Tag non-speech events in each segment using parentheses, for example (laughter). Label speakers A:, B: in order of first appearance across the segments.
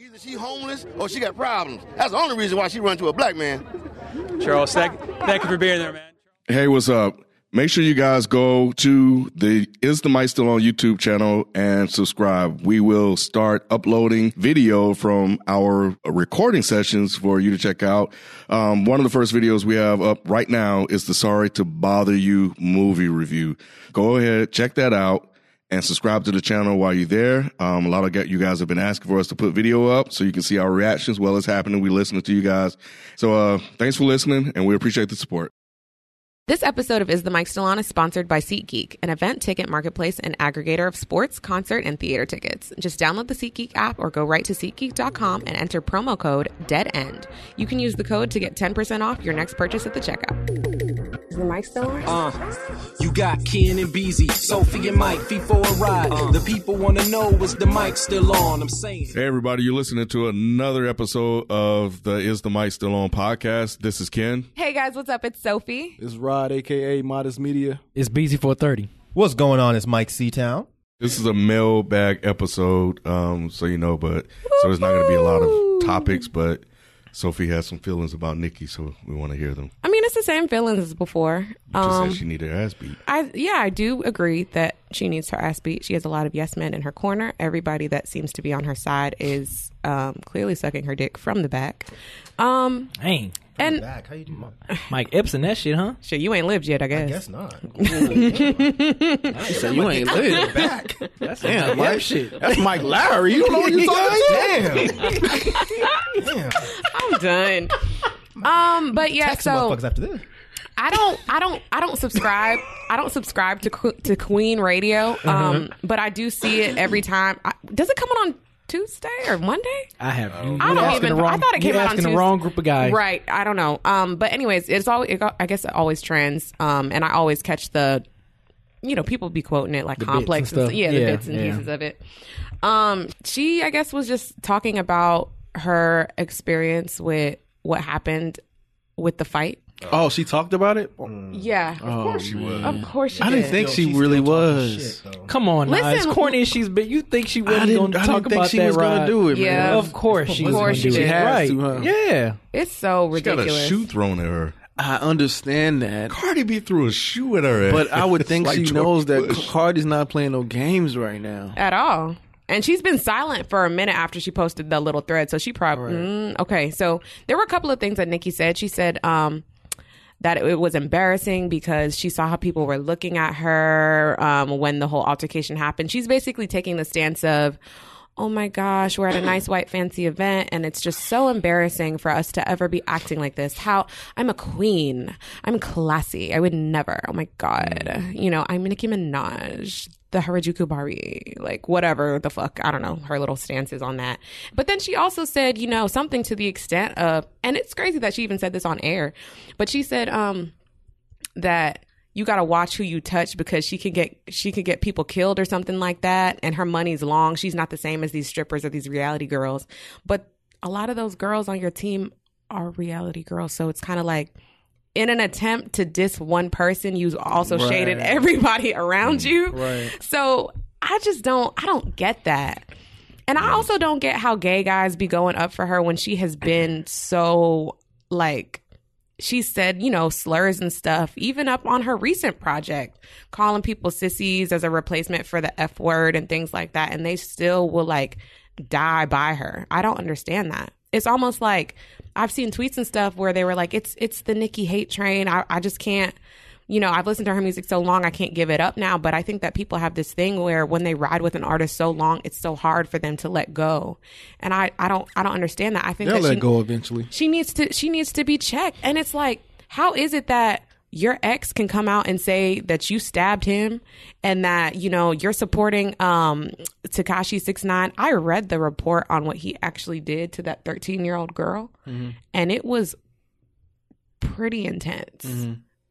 A: reason she homeless or she got problems. That's the only reason why she run to a black man.
B: Charles, thank, thank you for being there, man.
C: Hey, what's up? Make sure you guys go to the Is the Mic Still On YouTube channel and subscribe. We will start uploading video from our recording sessions for you to check out. Um, one of the first videos we have up right now is the Sorry to Bother You movie review. Go ahead, check that out and subscribe to the channel while you're there. Um, a lot of get, you guys have been asking for us to put video up so you can see our reactions while it's happening. We listening to you guys. So uh, thanks for listening, and we appreciate the support.
D: This episode of Is the Mic Still On is sponsored by SeatGeek, an event ticket marketplace and aggregator of sports, concert, and theater tickets. Just download the SeatGeek app or go right to SeatGeek.com and enter promo code DEADEND. You can use the code to get 10% off your next purchase at the checkout. Is the mic still on?
E: Uh, you got Ken and Beezy, Sophie and Mike, feet for a ride.
B: Uh-huh.
E: The people want to know, is the mic still on? I'm saying.
C: Hey, everybody, you're listening to another episode of the Is the Mic Still On podcast. This is Ken.
D: Hey guys, what's up? It's Sophie.
F: It's Rod, aka Modest Media.
B: It's BZ430.
G: What's going on? It's Mike Seatown.
C: This is a mailbag episode, um, so you know, but so there's not going to be a lot of topics, but Sophie has some feelings about Nikki, so we want to hear them.
D: I mean, it's the same feelings as before. Um,
C: She said she needed her ass beat.
D: I yeah, I do agree that she needs her ass beat. She has a lot of yes men in her corner. Everybody that seems to be on her side is um, clearly sucking her dick from the back. Um,
B: Dang.
D: and
G: Back, how you doing?
B: Mike Epson, that shit, huh?
D: shit, you ain't lived yet, I guess.
G: Guess not.
F: So you ain't live.
G: Back.
B: That's
F: Damn, Mike. Shit. That's Mike
G: Larry, you don't know what you're talking about. Damn.
D: I'm
G: (laughs)
D: done. (laughs) Um, but yeah,
G: Text
D: so
G: motherfuckers after this.
D: I don't, I don't, I don't subscribe. I don't subscribe to Que- to Queen Radio.
G: Uh-huh.
D: Um, but I do see it every time. I, does it come out on Tuesday or Monday?
B: I have.
D: I don't even. I thought it came
B: you're
D: out on
B: asking the
D: Tues-
B: wrong group of guys.
D: Right. I don't know. Um. But anyways, it's all. It, got- I guess it always trends. Um. And I always catch the, you know, people be quoting it like
B: and
D: complex. and
B: stuff.
D: s- yeah, the
B: Yeah,
D: bits and
B: yeah.
D: pieces of it. Um. She, I guess, was just talking about her experience with what happened with the fight.
F: Oh, she talked about it?
C: Mm.
D: Yeah.
B: Oh,
F: Of course she was.
D: Of course she
F: I didn't
D: did.
F: think Mm. she really was.
B: Come on,
D: Listen,
B: now. as corny as she's been, you think she
F: I
B: wasn't
F: didn't,
B: going to
F: I
B: talk
F: didn't think
B: about
F: she
B: that?
F: was going
B: Rod.
F: to do it,
D: Yeah.
F: man.
B: Of course, she was
D: course
B: going
D: she
B: to do
D: did.
B: it.
D: She
F: has
B: Right?
F: to, huh?
B: Yeah.
D: It's so
C: She got a
D: ridiculous.
C: shoe thrown at her.
F: I understand that.
C: Cardi B threw a shoe at her.
F: But
C: (laughs)
F: I would
C: It's
F: think
C: like
F: she
C: George
F: knows that
C: Bush.
F: Cardi's not playing no games right now.
D: at all. And she's been silent for a minute after she posted the little thread. So she probably mm, okay. So there were a couple of things that Nikki said. She said um, that it was embarrassing because she saw how people were looking at her um, when the whole altercation happened. She's basically taking the stance of. Oh my gosh, we're at a nice white fancy event and it's just so embarrassing for us to ever be acting like this. How I'm a queen. I'm classy. I would never. Oh my god. You know, I'm Nicki Minaj the Harajuku Bari, like whatever the fuck, I don't know, her little stances on that. But then she also said, you know, something to the extent of, and it's crazy that she even said this on air, but she said um, that you got to watch who you touch because she can get she could get people killed or something like that, and her money's long. She's not the same as these strippers or these reality girls, but a lot of those girls on your team are reality girls, so it's kind of like. In an attempt to diss one person, you also shaded everybody around you. Right. So I just don't I don't get that. And I also don't get how gay guys be going up for her when she has been so like she said, you know, slurs and stuff, even up on her recent project, calling people sissies as a replacement for the F word and things like that. And they still will like die by her. I don't understand that. It's almost like I've seen tweets and stuff where they were like, it's it's the Nikki hate train. I, I just can't you know, I've listened to her music so long, I can't give it up now. But I think that people have this thing where when they ride with an artist so long, it's so hard for them to let go. And I, I don't, I don't understand that. I think
F: They'll
D: that
F: let
D: she,
F: go eventually.
D: she needs to she needs to be checked and it's like how is it that your ex can come out and say that you stabbed him and that you know you're supporting um takashi 69 i read the report on what he actually did to that 13 year old girl and it was pretty intense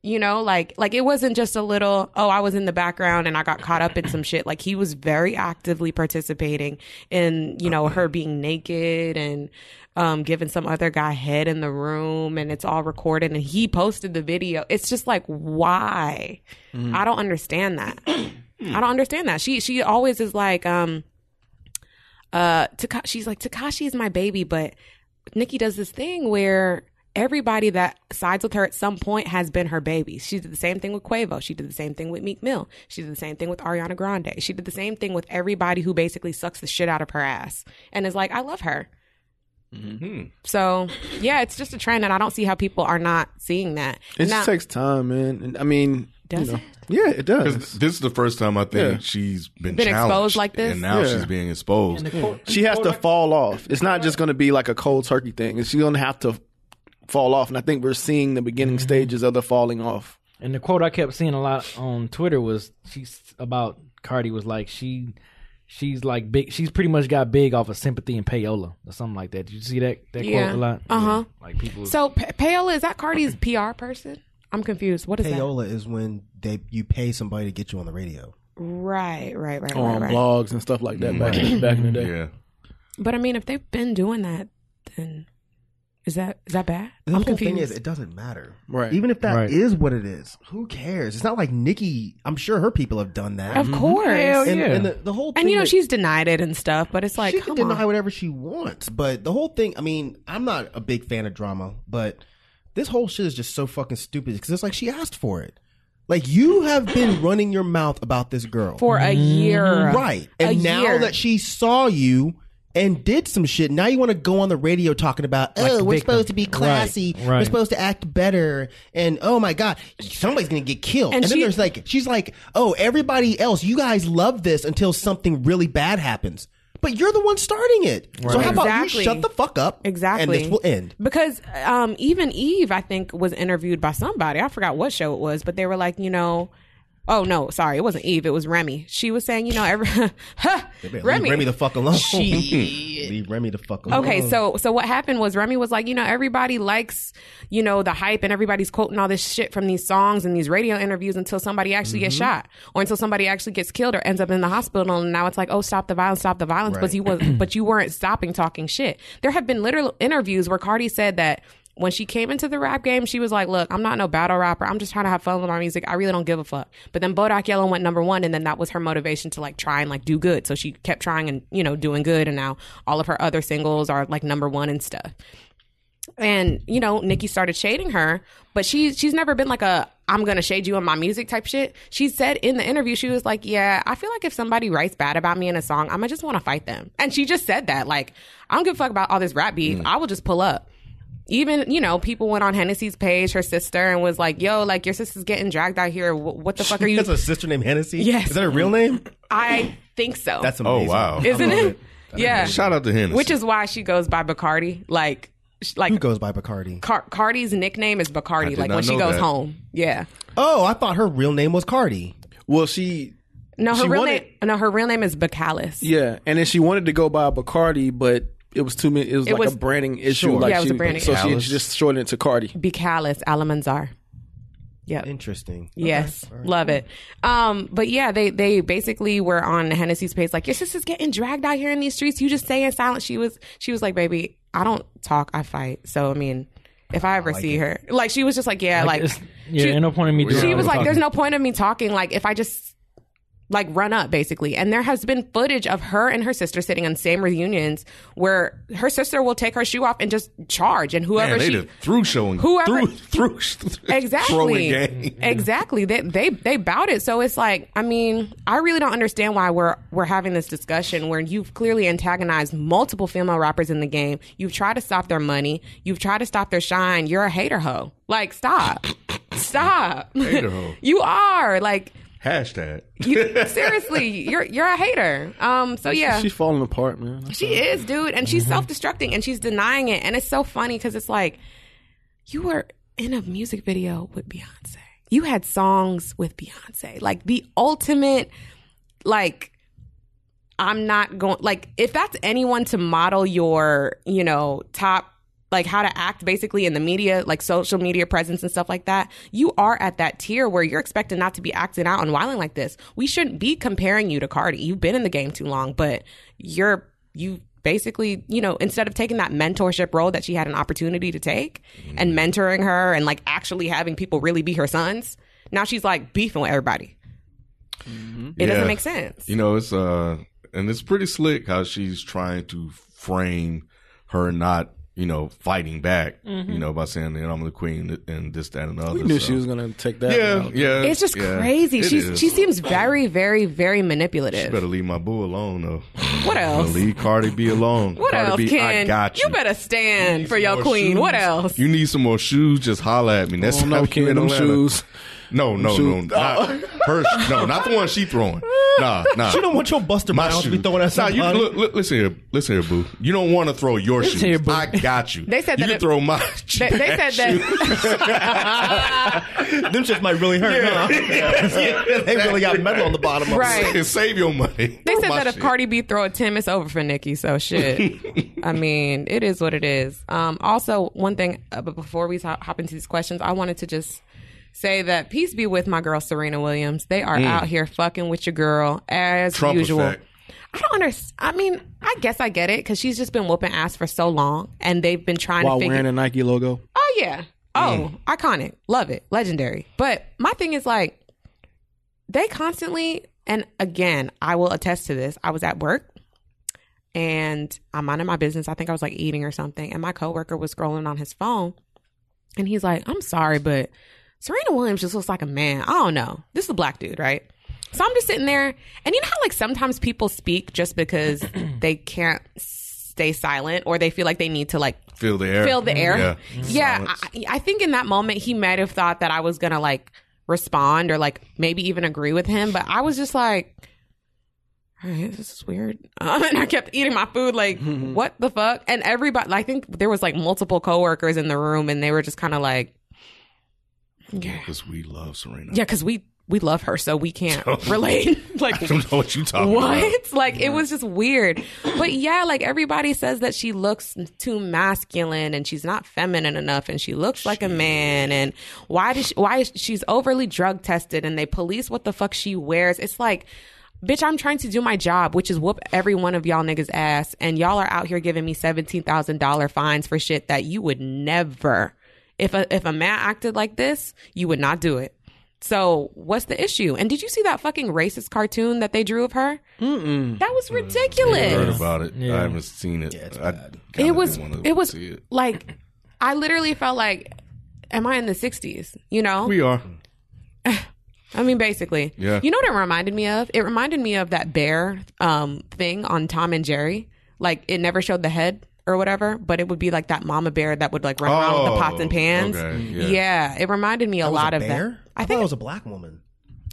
D: you know like like it wasn't just a little oh i was in the background and i got caught up in some shit like he was very actively participating in you know her being naked and um giving some other guy head in the room and it's all recorded and he posted the video it's just like why i don't understand that i don't understand that she she always is like um uh, Taka- she's like, Takashi is my baby, but Nikki does this thing where everybody that sides with her at some point has been her baby. She did the same thing with Quavo. She did the same thing with Meek Mill. She did the same thing with Ariana Grande. She did the same thing with everybody who basically sucks the shit out of her ass and is like, I love her. So yeah, it's just a trend, and I don't see how people are not seeing that.
F: It
D: Now-
F: just takes time, man. And, I mean,
D: Does
F: you know,
D: it?
F: yeah, it does.
C: This is the first time I think
F: Yeah.
C: she's been,
D: Been
C: challenged,
D: exposed like this?
C: and now
F: Yeah.
C: she's being exposed.
F: She has to fall off. It's not just going to be like a cold turkey thing. She's going to have to fall off, and I think we're seeing the beginning
D: Mm-hmm.
F: stages of the falling off.
G: And the quote I kept seeing a lot on Twitter was she's about Cardi was like she she's like big she's pretty much got big off of sympathy and payola or something like that. Did you see that that
D: Yeah.
G: quote a lot?
D: Uh-huh.
G: Like people
D: So Pa- Paola is that Cardi's PR person? I'm confused. What is
H: Payola is when they you pay somebody to get you on the radio.
D: that? Right, right, right,
F: on
D: right, right.
F: blogs and stuff like that back, back in the day.
C: Yeah,
D: But I mean, if they've been doing that, then is that is that bad? I'm
H: The whole
D: confused.
H: thing is, it doesn't matter.
F: Right.
H: Even if that is
G: Right.
H: what it is, who cares? It's not like Nikki. I'm sure her people have done that.
D: of course.
G: Hell
H: and,
G: Oh, yeah.
H: and the, the whole thing
D: And you know
H: that-
D: she's denied it and stuff, but it's like
H: she
D: come
H: can deny
D: on.
H: whatever she wants. But the whole thing, I mean, I'm not a big fan of drama, but this whole shit is just so fucking stupid because it's like she asked for it. Like you have been running your mouth about this girl
D: for a year,
H: Mm-hmm. right? And
D: a
H: now
D: year.
H: that she saw you and did some shit, now you want to go on the radio talking about, oh,
G: the
H: we're
G: victim.
H: supposed to be classy, we're
G: right.
H: supposed to act better, and oh my god, somebody's gonna get killed.
D: And
H: And, then
D: she-
H: there's like, she's like, oh, everybody else, you guys love this until something really bad happens. But you're the one starting it. So how about
D: Exactly.
H: you shut the fuck up?
D: Exactly.
H: And this will end.
D: Because um, even Eve, I think, was interviewed by somebody. I forgot what show it was, but they were like, you know, oh no, sorry, it wasn't Eve, it was Remy. She was saying, you know, every (laughs) huh, Remy.
H: Leave Remy the fuck alone.
D: Shit.
H: (laughs) Leave Remy the fuck alone.
D: Okay, so so what happened was Remy was like, you know, everybody likes, you know, the hype and everybody's quoting all this shit from these songs and these radio interviews until somebody actually gets shot or until somebody actually gets killed or ends up in the hospital and now it's like, oh, stop the violence, stop the violence, but
H: Right.
D: you was but you weren't stopping talking shit. There have been literal interviews where Cardi said that when she came into the rap game, she was like, "Look, I'm not no battle rapper. I'm just trying to have fun with my music. I really don't give a fuck." But then Bodak Yellow went number one, and then that was her motivation to like try and like do good. So she kept trying and you know doing good, and now all of her other singles are like number one and stuff. And you know, Nikki started shading her, but she she's never been like a I'm gonna shade you in my music type shit. She said in the interview, she was like, "Yeah, I feel like if somebody writes bad about me in a song, I'm gonna just want to fight them." And she just said that, like, I don't give a fuck about all this rap beef.
H: Mm.
D: I will just pull up even you know people went on Hennessy's page, her sister, and was like, "Yo, like your sister's getting dragged out here. Wh- What the fuck
H: (laughs)
D: are you?"
H: That's a sister named Hennessy.
D: Yes.
H: Is that a real name?
D: I think so.
H: That's
C: Oh,
H: amazing.
C: wow.
D: isn't it? Yeah,
C: shout out to Hennessy.
D: which is why she goes by Bacardi. Like, sh-
H: Who
D: like
H: goes by Bacardi?
D: Car- Cardi's nickname is Bacardi.
C: did
D: Like
C: not
D: when she
C: know
D: goes
C: that.
D: home, yeah.
H: Oh, I thought her real name was Cardi.
F: Well, she
D: No, her
F: She
D: real
F: wanted-
D: name. No, her real name is Bacalis.
F: yeah, and then she wanted to go by Bacardi, but it was too many. It was
D: It
F: like
D: was-
F: a branding issue.
D: Sure.
F: Like
D: Yeah, it was
F: she,
D: a branding
F: so she
C: issue.
F: just shortened it to Cardi.
D: Bacalis Alamanzar. Yep.
H: Interesting.
D: Yes, love it. Um, but yeah, they they basically were on Hennessy's page, like your sister's getting dragged out here in these streets. You just stay in silence. She was she was like, baby, I don't talk, I fight. So I mean, if I ever see her, like she was just like, yeah, like,
G: it's- yeah, ain't no point in me doing
D: she
G: all
D: was
G: the
D: like, there's
G: talking.
D: no point of me talking. Like if I just like run up basically and there has been footage of her and her sister sitting on same reunions where her sister will take her shoe off and just charge and whoever
C: Man, they
D: she
C: just through showing
D: (laughs) whoever-
C: through through
D: (laughs) exactly
C: throwing game. (laughs)
D: exactly they, they they bout it so it's like i mean i really don't understand why we're we're having this discussion where you've clearly antagonized multiple female rappers in the game you've tried to stop their money you've tried to stop their shine you're a hater hoe like stop stop
C: Hater hoe.
D: (laughs) you are like
C: Hashtag.
D: you, seriously you're you're a hater um so yeah
F: She's falling apart, man.
D: she is, dude, and she's self-destructing and she's denying it, and it's so funny because it's like you were in a music video with Beyonce. You had songs with Beyonce, like the ultimate, like I'm not going. Like if that's anyone to model your, you know, top. Like how to act basically in the media, like social media presence and stuff like that. You are at that tier where you're expected not to be acting out and wilding like this. We shouldn't be comparing you to Cardi. You've been in the game too long, but you're you basically, you know, instead of taking that mentorship role that she had an opportunity to take and mentoring her and like actually having people really be her sons, now she's like beefing with everybody. It
C: Yeah.
D: doesn't make sense.
C: You know, it's uh and it's pretty slick how she's trying to frame her not, you know, fighting back,
D: Mm-hmm.
C: you know, by saying that I'm the queen and this, that, and the other.
F: We knew
C: so.
F: she was gonna take that.
C: Yeah,
F: route.
C: yeah.
D: It's just
C: yeah.
D: crazy.
C: It
D: She's
C: is.
D: she seems very, very, very manipulative.
C: You better leave my boo alone though.
D: What
C: Now
D: else?
C: leave Cardi B alone.
D: What
C: Cardi
D: else,
C: B, I
D: Ken?
C: got you.
D: better stand for your
C: More
D: queen. What
C: shoes.
D: else?
C: You need some more shoes? Just holla at me. That's
F: Oh, no,
C: how you
F: Ken,
C: in
F: them
C: Atlanta.
F: shoes.
C: No, no, no,
F: shoes.
C: not her. No, not the one she throwing. Nah, nah.
H: You don't want your Buster
C: my
H: Browns to
C: shoes.
H: be throwing us
C: nah,
H: out.
C: you
H: honey.
C: look, look, listen here, listen here, boo. You don't want to throw your shoes.
G: here, boo.
C: I got you.
D: (laughs) They said
C: you
D: that
C: can
D: it-
C: throw my. (laughs)
D: They, they said that.
H: Them shit might really
C: (laughs)
H: hurt. huh? they really got metal on the bottom of
D: Right.
C: and (laughs) save your money.
D: They
C: Throw
D: said
C: my
D: that if
C: shit.
D: Cardi B throw a ten, it's over for Nicki. So shit.
C: (laughs)
D: I mean, it is what it is. Um, also, one thing, uh, but before we hop hop into these questions, I wanted to just say that peace be with my girl Serena Williams. They are out here fucking with your girl as
C: Mm. Trump
D: usual.
C: effect.
D: I don't understand. I mean, I guess I get it because she's just been whooping ass for so long, and they've been trying
F: While
D: to figure.
F: wearing a Nike logo.
D: Oh yeah. Oh, iconic. Love it. Legendary. But my thing is like they constantly and again, I will attest to this. I was at work and I'm minding my business. I think I was like eating or something and my coworker was scrolling on his phone and he's like, "I'm sorry, but Serena Williams just looks like a man. I don't know. This is a black dude, right?" So I'm just sitting there, and you know how like sometimes people speak just because they can't stay silent or they feel like they need to like
C: Feel the air.
D: fill the air.
C: Yeah.
D: Yeah, I, I think in that moment he might have thought that I was gonna like respond or like maybe even agree with him, but I was just like, "All right, this is weird," (laughs) um, and I kept eating my food
C: (laughs)
D: like, "What the fuck?" And everybody, I think there was like multiple coworkers in the room, and they were just kind of like,
C: Because we love Serena.
D: "Yeah, because we we love her, so we can't relate." (laughs) like,
C: (laughs) I don't know what you talking about.
D: what? (laughs) Like it was just weird. But yeah, like everybody says that she looks too masculine and she's not feminine enough and she looks like a man and why does she, why is she's overly drug tested and they police what the fuck she wears. It's like Bitch, I'm trying to do my job, which is whoop every one of y'all niggas ass, and y'all are out here giving me seventeen thousand dollar fines for shit that you would never. If a if a man acted like this, you would not do it. So what's the issue? And did you see that fucking racist cartoon that they drew of her? Mm-mm. That was
C: Mm, heard
D: ridiculous.
C: about it. I haven't seen it. I kinda
D: It was.
C: didn't wanna
D: It was
C: see it.
D: like I literally felt like, am I in the '60s? You know,
C: We are.
D: I mean, basically.
C: Yeah.
D: You know what it reminded me of? It reminded me of that bear um, thing on Tom and Jerry. Like it never showed the head or whatever, but it would be like that mama bear that would like run around with the pots and
C: Oh,
D: pans.
C: okay,
D: Mm-hmm. yeah.
C: yeah.
D: it reminded me a lot
H: a
D: of
H: bear?
D: that. I
H: thought
D: think
H: it was a black woman.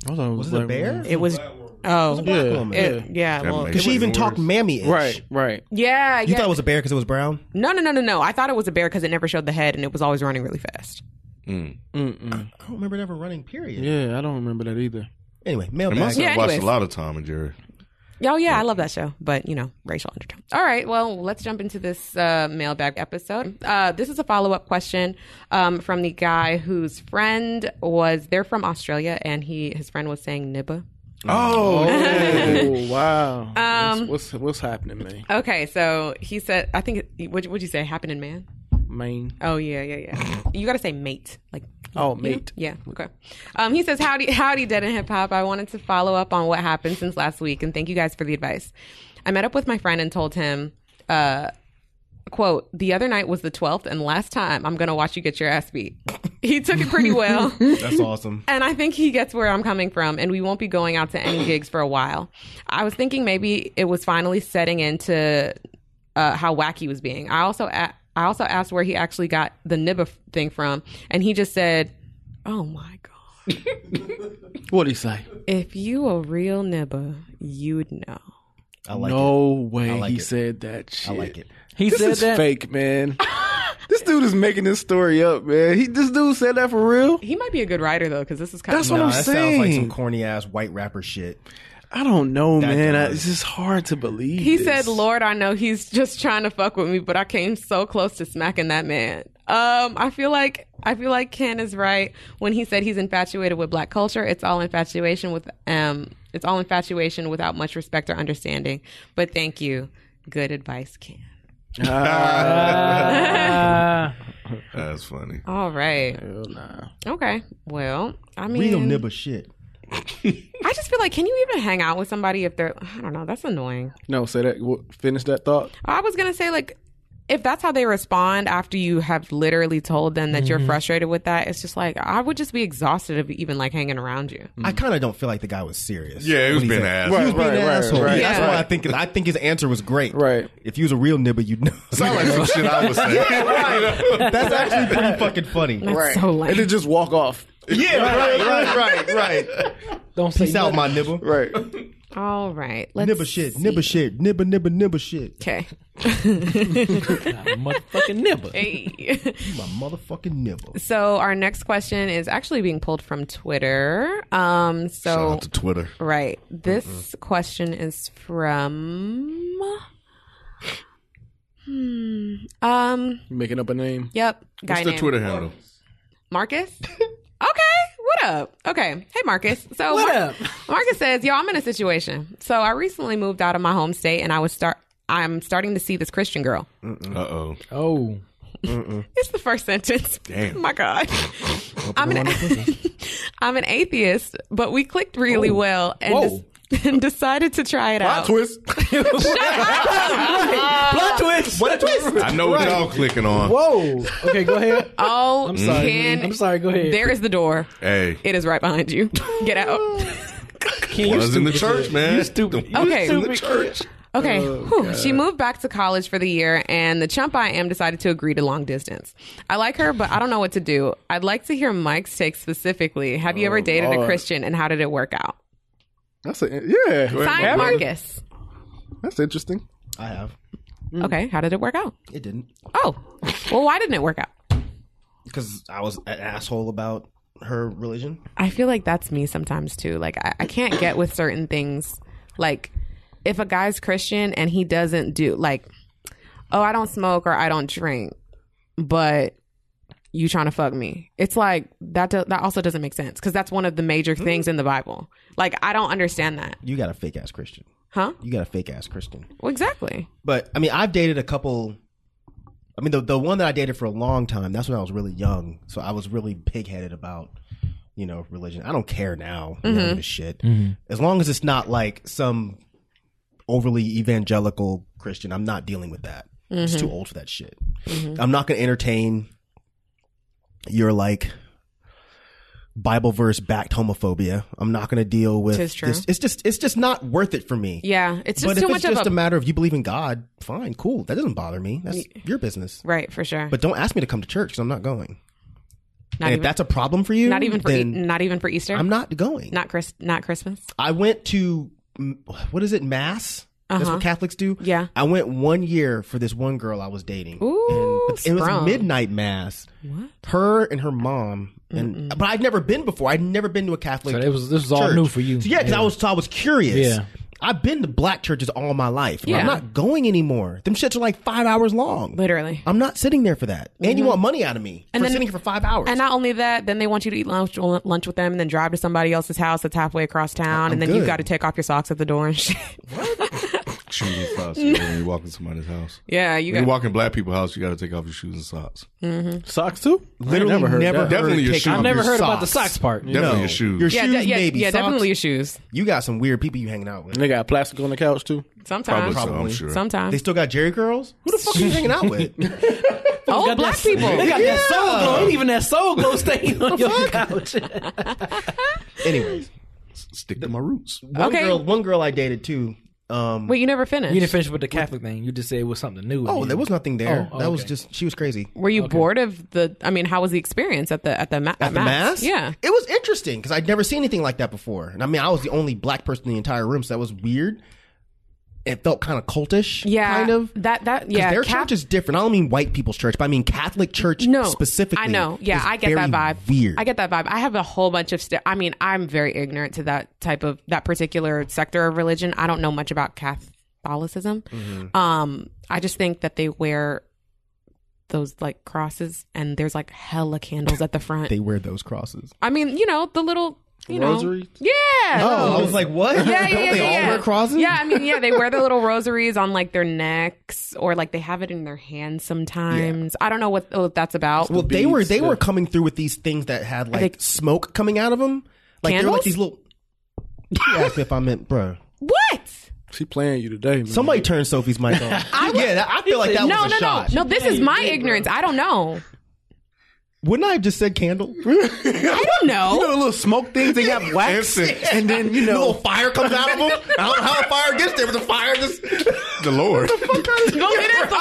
F: I thought it was,
H: Was it a
F: like-
H: bear?
D: it was. Oh,
H: black
F: Yeah.
H: woman.
D: it- yeah.
C: That
D: Well,
C: makes
H: Because she
C: it
H: even
C: worse.
H: talked mammy ish.
F: Right, right.
D: yeah, yeah.
H: You thought it was a bear because it was brown?
D: no, no, no, no, no. I thought it was a bear because it never showed the head and it was always running really fast.
H: I don't remember it ever running, period.
F: Yeah, I don't remember that either.
H: Anyway,
C: I must
H: mailbag.
D: Yeah,
C: have watched
D: anyways.
C: a lot of Tom and Jerry.
D: Oh yeah, I love that show, but you know, racial undertone. All right, well, let's jump into this uh, mailbag episode. Uh, this is a follow up question um, from the guy whose friend was they're from Australia, and he his friend was saying nibba.
F: Oh, wow.
D: Um,
F: What's- what's, what's happening, man?
D: Okay, so he said, I think would would you say happening man?
F: Man.
D: Oh yeah, yeah,
F: (laughs)
D: yeah. You got to say mate, like
F: Oh, mate.
D: Yeah. Okay. Um, he says, "Howdy, howdy, dead and hip hop. I wanted to follow up on what happened since last week, and thank you guys for the advice. I met up with my friend and told him, uh, quote, the other night was the twelfth, and last time I'm gonna watch you get your ass beat. (laughs) he took it pretty
F: (laughs)
D: well.
H: That's awesome.
D: And I think he gets where I'm coming from, and we won't be going out to any (clears throat) gigs for a while. I was thinking maybe it was finally setting into uh, how wacky he was being. I also a- I also asked where he actually got the nibba f- thing from, and he just said, "Oh my god."
F: What'd he say?
D: If you a real nibba, you'd know.
H: I like it.
F: no way
H: like
F: he
H: it.
F: said that shit.
H: I like it.
G: He
F: This
G: said
F: is
G: that.
F: fake, man. (laughs) this dude is making this story up, man. He This dude said that for real?
D: He might be a good writer though, because this is kind
F: That's
D: of
F: what
H: Nah,
F: I'm
H: that sounds like
F: saying.
H: some corny ass white rapper shit.
F: I don't know,
H: That
F: man. I,
H: does.
F: it's just hard to believe.
D: he
F: this.
D: said, "Lord, I know he's just trying to fuck with me, but I came so close to smacking that man." Um, I feel like I feel like Ken is right when he said he's infatuated with black culture. It's all infatuation with um, it's all infatuation without much respect or understanding. But thank you, good advice, Ken.
G: Uh,
C: That's funny.
D: All right,
F: Hell nah.
D: okay. Well, I mean,
H: Real nibba shit.
D: I I just feel like, can you even hang out with somebody if they're? I don't know. That's annoying.
F: No, say that. wh- Finish that thought.
D: I was gonna say like, if that's how they respond after you have literally told them that
C: Mm-hmm.
D: you're frustrated with that, it's just like I would just be exhausted of even like hanging around you.
H: I kind of don't feel like the guy was serious.
C: Yeah, he was
H: when
C: being
H: said-
C: an
H: He was
C: asshole.
H: being an
F: Right, right,
H: asshole.
F: right,
H: That's
D: right.
H: why I think I think his answer was great.
F: Right.
H: If he was a real nibba, you'd know.
C: (laughs) Sound like some shit I would say.
H: That's actually pretty fucking
C: (laughs)
H: funny.
D: That's so lame.
F: And then just walk off.
H: Yeah, right, right, right, right.
G: Don't say
H: Peace out,
G: nothing.
H: my nibba.
F: (laughs) Right.
D: (laughs) All right, let's
H: Nibba shit, nibba shit, nibba nibba nibba shit.
D: (laughs) Okay.
G: motherfucking nibba.
D: Hey.
H: My motherfucking nibba.
D: so our next question is actually being pulled from Twitter. Um.
C: Shout
D: So
C: out to Twitter.
D: right, this question is from. Hmm. Um.
F: You making up a name.
D: Yep. Guy
C: What's the
D: named-
C: Twitter handle?
G: (laughs)
D: Marcus? okay. What up? Okay. Hey, Marcus. So,
G: What
D: Mar-
G: up?
D: (laughs) Marcus says, Yo, I'm in a situation. So, I recently moved out of my home state and I was start. I'm starting to see this Christian girl.
C: Uh oh.
G: Oh,
D: It's the first (laughs) sentence.
C: Damn.
D: My God. I'm (laughs) an, I'm an atheist, but we clicked really well and,
G: Oh. Whoa.
D: des- (laughs) and decided to try it out.
C: twist.
G: plot twist. What
F: (laughs)
G: a twist.
C: I know what y'all clicking on.
G: Whoa. Okay,
D: (laughs)
G: go ahead.
D: Oh,
G: I'm sorry.
D: Can,
G: I'm sorry. Go ahead.
D: There is the door.
C: Hey,
D: It is right behind you. Get
G: (laughs)
D: out.
G: Can you
C: was in the
G: stupid
C: church,
G: kid.
C: man.
G: You stupid. You
D: Okay.
G: stupid
C: Church.
D: Okay. Whew. She moved back to college for the year, and the chump I am decided to agree to long distance. I like her, but I don't know what to do. I'd like to hear Mike's take specifically. Have you ever dated a
F: Lord.
D: Christian, and how did it work out?
F: That's a, yeah.
D: Signed, Marcus.
F: That's interesting.
H: I have.
D: Okay. How did it work out?
H: It didn't
D: Oh, well, why didn't it work out?
H: because I was an asshole about her religion.
D: I feel like that's me sometimes too. Like I, I can't get with certain things. Like if a guy's Christian and he doesn't do like, oh, I don't smoke or I don't drink, but you trying to fuck me. It's like that. Do, that also doesn't make sense because that's one of the major
H: Hmm.
D: things in the Bible. Like I don't understand that,
H: You got a fake ass Christian.
D: huh?
H: You got a fake ass Christian.
D: Well, exactly.
H: But I mean, I've dated a couple. I mean, the the one that I dated for a long time. That's when I was really young, so I was really pig headed about you know religion. I don't care now. none
D: Mm-hmm.
H: of this shit. As long as it's not like some overly evangelical Christian, I'm not dealing with that. It's
D: Mm-hmm.
H: too old for that shit. I'm not going to entertain your like Bible verse backed homophobia. I'm not going to deal with
D: Tis true.
H: this. It's just it's just not worth it for me
D: Yeah, it's just
H: but
D: too
H: if
D: much
H: it's just
D: of
H: a,
D: a
H: matter of you believe in God, fine, cool. That doesn't bother me. That's your business.
D: right for sure.
H: But don't ask me to come to church because I'm not going.
D: not
H: and
D: even
H: if that's a problem for you,
D: not even for e-
H: then
D: not even for Easter.
H: I'm not going.
D: not Chris. Not Christmas.
H: I went to mm, what is it mass? That's
D: Uh-huh.
H: what Catholics do.
D: Yeah.
H: I went one year for this one girl I was dating.
D: Ooh,
H: and it was
D: sprung.
H: midnight mass.
D: What?
H: Her and her mom, and but I'd never been before. I'd never been to a Catholic.
G: So it was- this was all
H: church.
G: new for you.
H: So yeah, because I was so I was curious.
G: Yeah.
H: I've been to black churches all my life.
D: Yeah.
H: I'm not going anymore. Them shits are like five hours long.
D: Literally. Mm-hmm.
H: I'm not sitting there for that. And you want money out of me
D: And
H: for
D: then-
H: sitting here for five hours.
D: And not only that, then they want you to eat lunch lunch with them, and then drive to somebody else's house that's halfway across town, and then you
H: good.
D: got to take off your socks at the door and (laughs) shit.
C: Shoes and socks. When you walk into somebody's house,
D: yeah, you
C: when
D: got.
C: you walk in black people's house, you got to take off your shoes and socks.
F: Socks too?
H: Literally
F: I never heard
H: never
F: that.
H: heard
C: Definitely your
H: taking
C: shoes.
H: off
G: I never
H: your
G: heard about the
H: socks.
G: socks part.
C: Definitely
H: No.
C: your shoes.
H: Your
D: yeah,
H: shoes,
D: de- yeah,
H: maybe.
D: yeah
H: socks.
D: definitely your shoes.
H: You got some weird people you hanging out with.
F: They got plastic on the couch too.
C: Probably
D: Sometimes,
C: so, I'm sure.
H: They
D: sometimes.
H: still got Jerry girls. Who the fuck are you hanging out
D: (laughs)
H: with? (laughs)
D: Oh, black people.
G: They got that soul glow. Ain't even that soul glow stain
F: (laughs)
G: on your (laughs) couch.
H: Anyways,
C: Stick to my roots.
H: one
D: Okay.
H: girl, one girl I dated too. Um,
D: Wait, you never finished.
G: You didn't finish with the Catholic thing. You just said it was something new.
H: oh, there was nothing there.
G: Oh, oh,
H: that was
G: okay.
H: just she was crazy.
D: Were you bored of the? I mean, how was the experience at the at the ma-
H: At the mass?
D: Yeah.
H: It was interesting because I'd never seen anything like that before. And I mean, I was the only black person in the entire room, so that was weird. It felt kind of cultish.
D: Yeah,
H: Kind of.
D: that that
H: 'Cause
D: yeah.
H: their
D: Cap-
H: church is different. I don't mean white people's church, but I mean Catholic church
D: no
H: specifically.
D: I know. Yeah,
H: is
D: I get that
H: very
D: vibe.
H: Weird.
D: I get that vibe. I have a whole bunch of stuff. I mean, I'm very ignorant to that type of that particular sector of religion. I don't know much about Catholicism.
H: Mm-hmm.
D: Um, I just think that they wear those like crosses, and there's like hella candles at the front.
H: (laughs) they wear those crosses.
D: I mean, you know, the little you
F: Rosaries?
D: know, yeah.
H: Oh, I was like, what?
D: Yeah, yeah,
H: don't
D: yeah,
H: they all
D: yeah.
H: wear crosses?
D: Yeah, I mean, yeah, they wear their little rosaries on like their necks, or like they have it in their hands sometimes. I don't know what, what that's about.
H: Well, they were they were coming through with these things that had like
D: think-
H: smoke coming out of them. Like they were
D: Candles?
H: like these little. (laughs) She asked me if I meant, bruh.
D: What?
F: She playing you today, man.
H: Somebody turn Sophie's mic on. yeah, that- (laughs) I feel like that
D: no,
H: was
D: no, no,
H: a shot.
D: no. This is my ignorance. I don't know.
H: Wouldn't I have just
F: (laughs)
H: said candle?
D: I don't
F: You know
D: know.
F: the little smoke things they got wax, and then you know
H: fire comes out of them. I don't know how a fire gets there, but the fire just. (laughs)
C: The Lord.
D: Go get it, the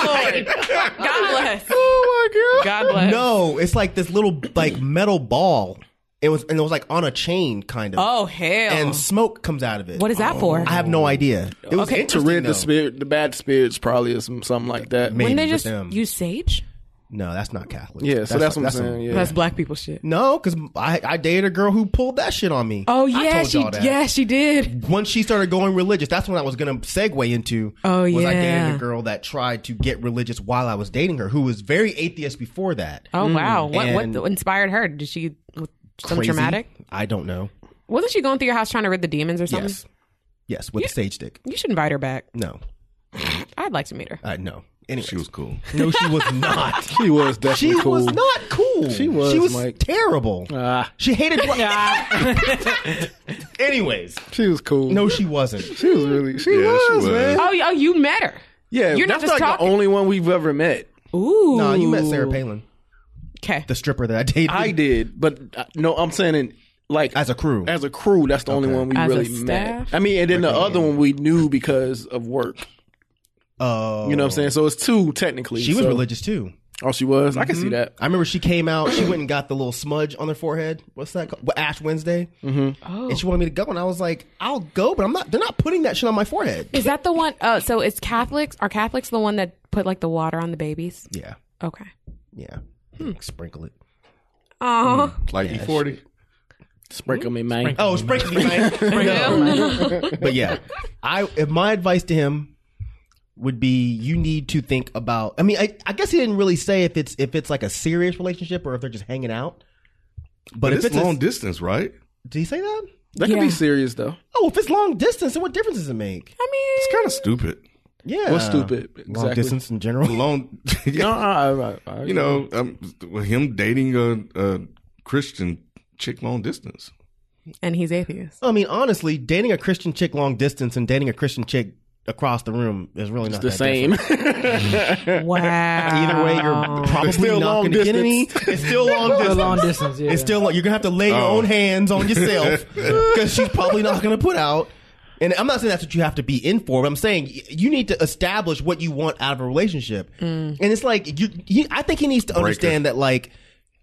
D: Lord.
H: (laughs)
D: God bless.
H: oh
D: God bless.
H: No, it's like this little like metal ball. It was and it was like on a chain, kind of.
D: Oh hell.
H: and smoke comes out of it. Oh.
D: what is that for?
H: I have no idea. It was
D: Okay.
F: to
H: interesting,
F: rid
H: though.
F: the spirit, the bad spirits, probably or some, something like that.
H: Maybe
D: When they
H: with
D: just
H: them.
D: use sage?
H: No, that's not Catholic.
F: Yeah, so that's, what I'm
H: a-
F: saying. yeah.
D: That's black people shit.
H: No, because I, I dated a girl who pulled that shit on me.
D: Oh
H: I
D: yeah,
H: told
D: she
H: y'all that.
D: yeah she did.
H: Once she started going religious, that's when I was gonna segue into.
D: Oh,
H: was I
D: yeah.
H: dated a girl that tried to get religious while I was dating her, who was very atheist before that.
D: Oh wow. What
H: Mm. And-
D: what inspired her? Did she with some
H: Crazy.
D: traumatic?
H: I don't know.
D: Wasn't she going through your house trying to rid the demons or something?
H: Yes, yes, with a sage stick.
D: You should invite her back.
H: No,
D: I'd like to meet her.
H: I no. Anyway,
C: She was (laughs) cool.
H: (laughs) no, she was not.
D: (laughs)
F: she was definitely
H: She
F: cool.
H: was not cool.
F: She was,
H: She was
F: Mike. Ah.
H: terrible. she
D: (laughs)
H: hated. (laughs) Anyways,
F: she was cool.
H: no, she wasn't.
F: she was really. She
C: Yeah,
F: was,
C: she was.
F: man.
D: Oh, y- oh, you met her.
F: Yeah,
D: You're not
F: that's
D: just
F: like
D: talking.
F: the only one we've ever met.
D: Ooh.
H: No, you met Sarah Palin,
D: Okay.
H: the stripper that I dated
F: I did, but uh, no, I'm saying in, like
H: as a crew.
F: as a crew. That's the only one we
D: As a
F: really met.
D: staff?
F: I mean, and then the other one we knew because of work.
H: Oh,
F: You know what I'm saying? So it's two technically.
H: She was
F: so-
H: religious too.
F: Oh, she was. I can see that.
H: I remember she came out. She went and got the little smudge on her forehead. What's that called? What, Ash Wednesday. Mm-hmm.
F: Oh.
H: And she wanted me to go, and I was like, "I'll go," but I'm not. They're not putting that shit on my forehead.
D: Is that the one? Oh, so it's Catholics. Are Catholics the one that put like the water on the babies?
H: Yeah,
D: Okay.
H: yeah. Sprinkle it.
D: Oh,
C: Like E E40.
F: Sprinkle me, man.
H: Oh, sprinkle me, man. (laughs) but yeah, I if my advice to him would be you need to think about. I mean, I, I guess he didn't really say if it's if it's like a serious relationship or if they're just hanging out. But,
C: But
H: if
C: it's,
H: it's
C: long
H: a,
C: distance, right?
H: did he say that?
F: That could
D: Yeah.
F: be serious though.
H: Oh, if it's long distance, then what difference does it make?
D: I mean,
C: It's kind of stupid.
H: Yeah,
F: What's stupid?
H: Long
F: Exactly. uh,
H: distance in general.
C: Long, (laughs)
F: No, I, I, I,
C: you know, um, him dating a, a Christian chick long distance.
D: and he's atheist.
H: I mean, honestly, dating a Christian chick long distance and dating a Christian chick across the room is really not
F: the
H: that
F: same.
H: different.
D: Wow.
H: Either way, you're probably
F: still
H: not
F: long
H: going to get any.
F: distance.
H: It's still long
G: Still
H: distance.
G: long distance. Yeah.
H: It's still like you're gonna have to lay your own hands on yourself because she's probably not gonna put out. And I'm not saying that's what you have to be in for, but I'm saying y- you need to establish what you want out of a relationship. And it's like you, he, I think he needs to understand that like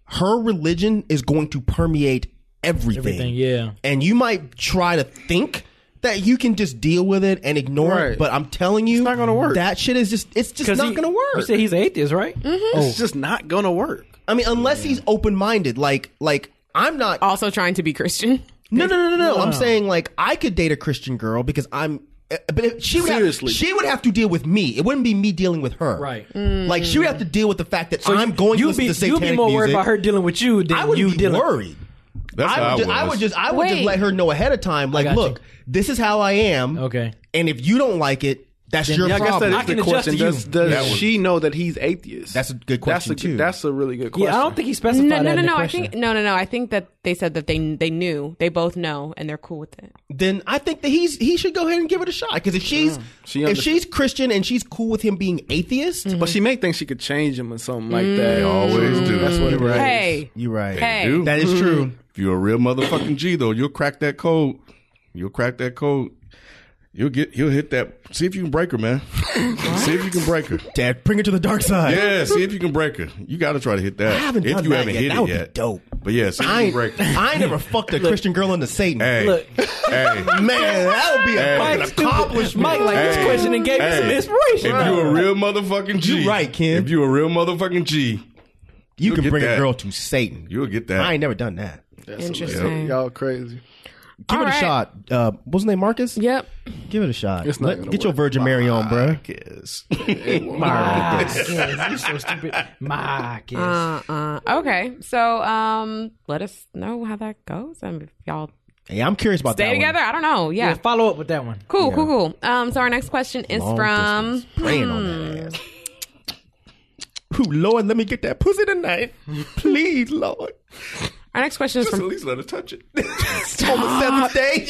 H: her religion is going to permeate everything.
G: everything. Yeah.
H: And you might try to think that you can just deal with it and ignore it,
F: Right.
H: but I'm telling you, it's
F: not gonna work.
H: That shit is just it's just
G: 'Cause
H: not
G: he-
H: gonna work.
G: You said he's atheist, right?
F: (laughs)
D: Mm-hmm.
H: Oh.
F: it's just not gonna work.
H: I mean, unless he's open minded, like like. I'm not
G: Uh,
D: also trying to be Christian.
H: No, no, no, no, no. I'm saying like I could date a Christian girl because I'm. uh, But if she would
F: Seriously.
H: have, she would have to deal with me. It wouldn't be me dealing with her. Mm.
G: Right.
H: Like she would have to deal with the fact that I'm going to
G: You'd
H: listen
G: be
H: to
G: you'd
H: satanic
G: be more worried
H: music.
G: about her dealing with you than
H: I would
G: you
H: be
G: dealing.
H: worried.
C: That's
H: I
C: how
H: would,
C: I,
H: just,
C: was.
H: I would just I would just
D: Wait.
H: let her know ahead of time. Like,
G: got you.
H: look, this is how I am.
G: Okay.
H: And if you don't like it, that's your
F: Yeah, I guess
H: problem.
F: that is
G: I can
F: the
G: adjust
F: question.
G: to you.
F: Does, does
C: That was-
F: she know that he's atheist?
H: That's a good
F: That's
H: question,
F: a,
H: too.
F: That's a really good question.
G: Yeah, I don't think he specified
D: No, no,
G: that
D: no,
G: in the
D: no. I
G: question.
D: think no, no, no. I think that they said that they they knew. They both know, and they're cool with it.
H: then I think that he's he should go ahead and give it a shot. Because if she's
F: She
H: if
F: under-
H: she's Christian and she's cool with him being atheist,
F: But she may think she could change him or something like that. They
C: always do.
F: That's what it
C: You're
F: is.
C: right.
D: Hey,
H: you're right.
D: Hey.
C: Do.
H: That is true.
C: If you're a real motherfucking G though, you'll crack that code. You'll crack that code. You'll get. You'll hit that. See if you can break her, man. see if you can break her.
H: Dad, bring it to the dark side.
C: Yeah. See if you can break her. You got to try to hit that.
H: I haven't
C: if
H: done
C: you
H: that
C: haven't
H: yet.
C: hit
H: That
C: it
H: would be
C: yet.
H: dope.
C: But yeah, see if
H: I
C: you can break
H: ain't,
C: her.
H: I ain't never fucked a Christian girl into Satan.
C: Hey.
G: Look.
C: Hey.
H: Man, that would be a
C: Hey.
H: fucking
G: Stupid.
H: accomplishment.
G: Mike like this
C: Hey.
G: question and gave me some
C: Hey.
G: inspiration.
C: If you a real motherfucking G,
H: You right, Ken.
C: If you a real motherfucking G,
H: you can
C: get
H: bring a
C: that.
H: girl to Satan.
C: you'll get that.
H: I ain't never done that.
D: interesting.
F: Y'all crazy.
H: Give
D: All
H: it a
D: right.
H: shot. Uh, what's his name, Marcus?
D: Yep.
H: Give it a shot.
F: It's not
H: Let-
F: gonna
H: get your
F: work.
H: Virgin Mary on, bro.
C: Yes.
G: My (laughs) kids, you so stupid. My kids.
D: Uh, uh, okay. So, um, let us know how that goes, and if y'all
H: Hey, I'm curious about
D: stay
H: that.
D: together. I don't know.
G: yeah.
D: Yeah.
G: Follow up with that one.
D: Cool, cool, cool. Um, so our next question is
H: One. Long
D: from. Hmm.
H: distance. praying on that ass. (laughs) Ooh, Lord, let me get that pussy tonight, please, Lord.
D: Our next question is
C: Just at
D: from
C: least let her touch it.
H: on the
D: (laughs)
H: seventh day.
C: (laughs)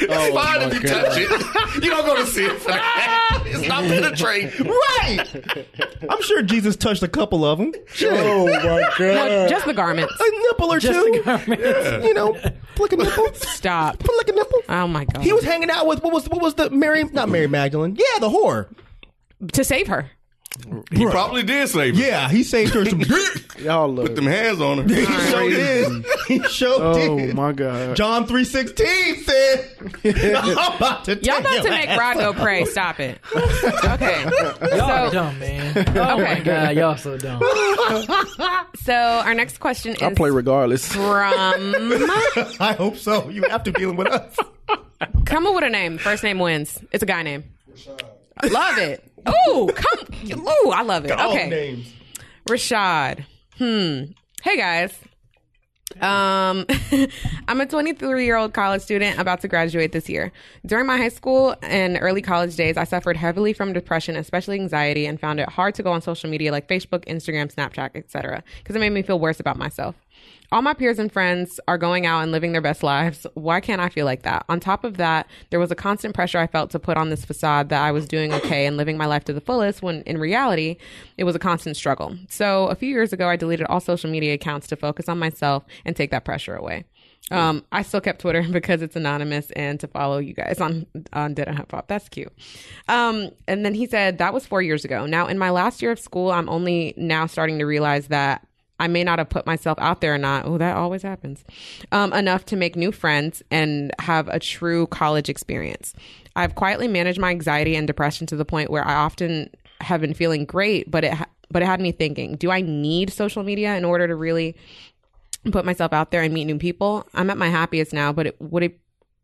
C: It's fine if you touch it. (laughs) You don't go to see it. for that. It's not penetrate. Right.
H: I'm sure Jesus touched a couple of them.
C: Oh my
D: No, just the garments.
H: A nipple or two. You know, flick
D: (laughs)
H: a nipple.
D: Stop.
H: Flick a nipple.
D: Oh my god.
H: He was hanging out with what was what was the Mary not Mary Magdalene. Yeah, the whore.
D: to save her.
C: He probably did save it.
H: Yeah, he saved her (laughs) some
F: Y'all look.
C: Put them hands on (laughs) her.
H: He showed did. He
F: (laughs)
H: showed
F: oh
H: did.
F: my god.
H: John three
C: (laughs)
H: sixteen said, "I'm about to
D: Y'all
H: take
D: about
H: your
D: to make
H: ass
D: Rod go pray. Stop it. Okay.
G: Y'all
D: So,
G: dumb, man. Oh
D: (laughs)
G: my
D: okay.
G: god, y'all so dumb.
D: So our next question is
F: I play regardless.
D: from.
H: up." (laughs) I hope so. You have to dealing with
D: (laughs)
H: us.
D: Come up with a name. First name wins. It's a guy name. I Love it. Ooh, come. Ooh, I love it.
H: All
D: okay.
H: names.
D: Rashad. Hmm. Hey guys. Um, (laughs) I'm a 23 year old college student about to graduate this year. During my high school and early college days, I suffered heavily from depression, especially anxiety, and found it hard to go on social media like Facebook, Instagram, Snapchat, etc., because it made me feel worse about myself. All my peers and friends are going out and living their best lives. Why can't I feel like that? On top of that, there was a constant pressure I felt to put on this facade that I was doing okay and living my life to the fullest when in reality, it was a constant struggle. So a few years ago, I deleted all social media accounts to focus on myself and take that pressure away. Um, I still kept Twitter (laughs) because it's anonymous and to follow you guys on on Dead and Hot Pop. That's cute. Um, and then he said that was four years ago. Now in my last year of school, I'm only now starting to realize that I may not have put myself out there or not. Oh, that always happens. Um, enough to make new friends and have a true college experience. I've quietly managed my anxiety and depression to the point where I often have been feeling great, but it ha- but it had me thinking: Do I need social media in order to really put myself out there and meet new people? I'm at my happiest now, but it would it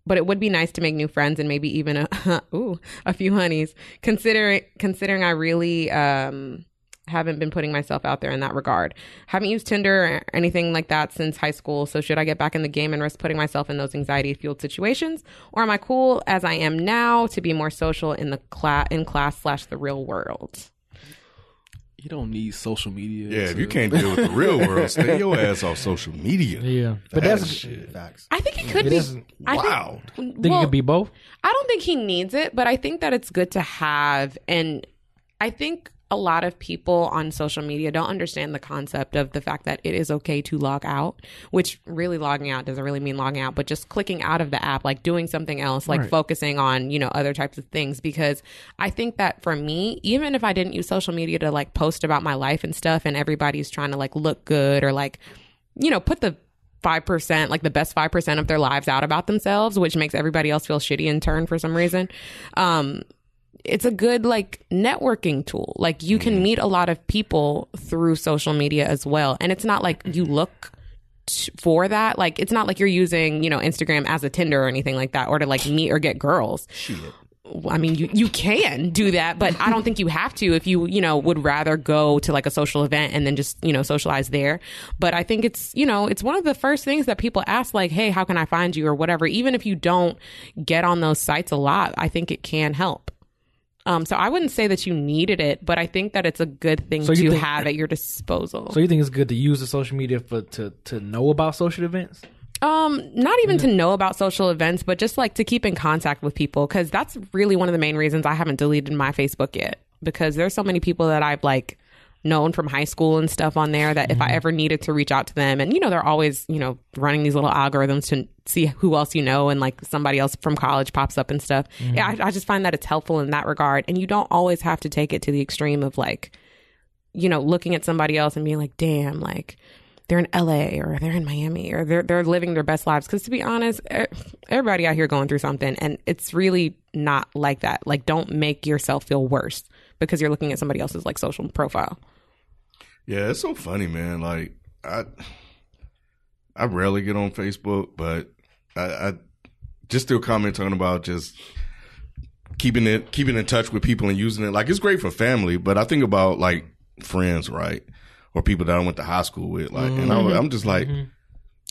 D: but it would be nice to make new friends and maybe even a (laughs) ooh, a few honeys. Considering considering I really um haven't been putting myself out there in that regard. Haven't used Tinder or anything like that since high school, so should I get back in the game and risk putting myself in those anxiety fueled situations? Or am I cool as I am now to be more social in the class in class slash the real world?
F: You don't need social media.
C: Yeah, if
F: to-
C: you can't deal with the real world, stay your ass off social media.
G: Yeah, but that's
H: Facts.
D: I think it could
G: It
D: be
G: is
D: I think-
C: Wow.
G: think it
D: well,
G: could be both.
D: I don't think he needs it, but I think that it's good to have. And I think a lot of people on social media don't understand the concept of the fact that it is okay to log out, which really logging out doesn't really mean logging out, but just clicking out of the app, like doing something else, like focusing on, you know, other types of things. Because I think that for me, even if I didn't use social media to like post about my life and stuff, and everybody's trying to like look good or like, you know, put the five percent, like the best five percent of their lives out about themselves, which makes everybody else feel shitty in turn for some reason. Um, it's a good like networking tool. Like you can meet a lot of people through social media as well, and it's not like you look t- for that like it's not like you're using you know instagram as a tinder or anything like that or to like meet or get girls I mean, you, you can do that, but I don't think you have to if you, you know, would rather go to like a social event and then just, you know, socialize there. But I think it's, you know, it's one of the first things that people ask, like, hey, how can I find you or whatever. Even if you don't get on those sites a lot, I think it can help. Um, so I wouldn't say that you needed it, but I think that it's a good thing
G: So
D: to
G: you think-
D: have at your disposal.
G: So you think it's good to use the social media for to to know about social events?
D: Um, not even to know about social events, but just like to keep in contact with people because that's really one of the main reasons I haven't deleted my Facebook yet because there's so many people that I've like known from high school and stuff on there that if I ever needed to reach out to them and you know they're always you know running these little algorithms to see who else you know and like somebody else from college pops up and stuff yeah I, I just find that it's helpful in that regard and you don't always have to take it to the extreme of like you know, looking at somebody else and being like, damn, like they're in LA or they're in Miami or they're they're living their best lives. Because to be honest, e- everybody out here going through something, and it's really not like that. Like, don't make yourself feel worse because you're looking at somebody else's like social profile.
C: Yeah, it's so funny, man. Like I, I rarely get on Facebook, but I, I just still comment on about just keeping it, keeping in touch with people and using it. Like it's great for family, but I think about like friends, right, or people that I went to high school with. Like, and I, I'm just like,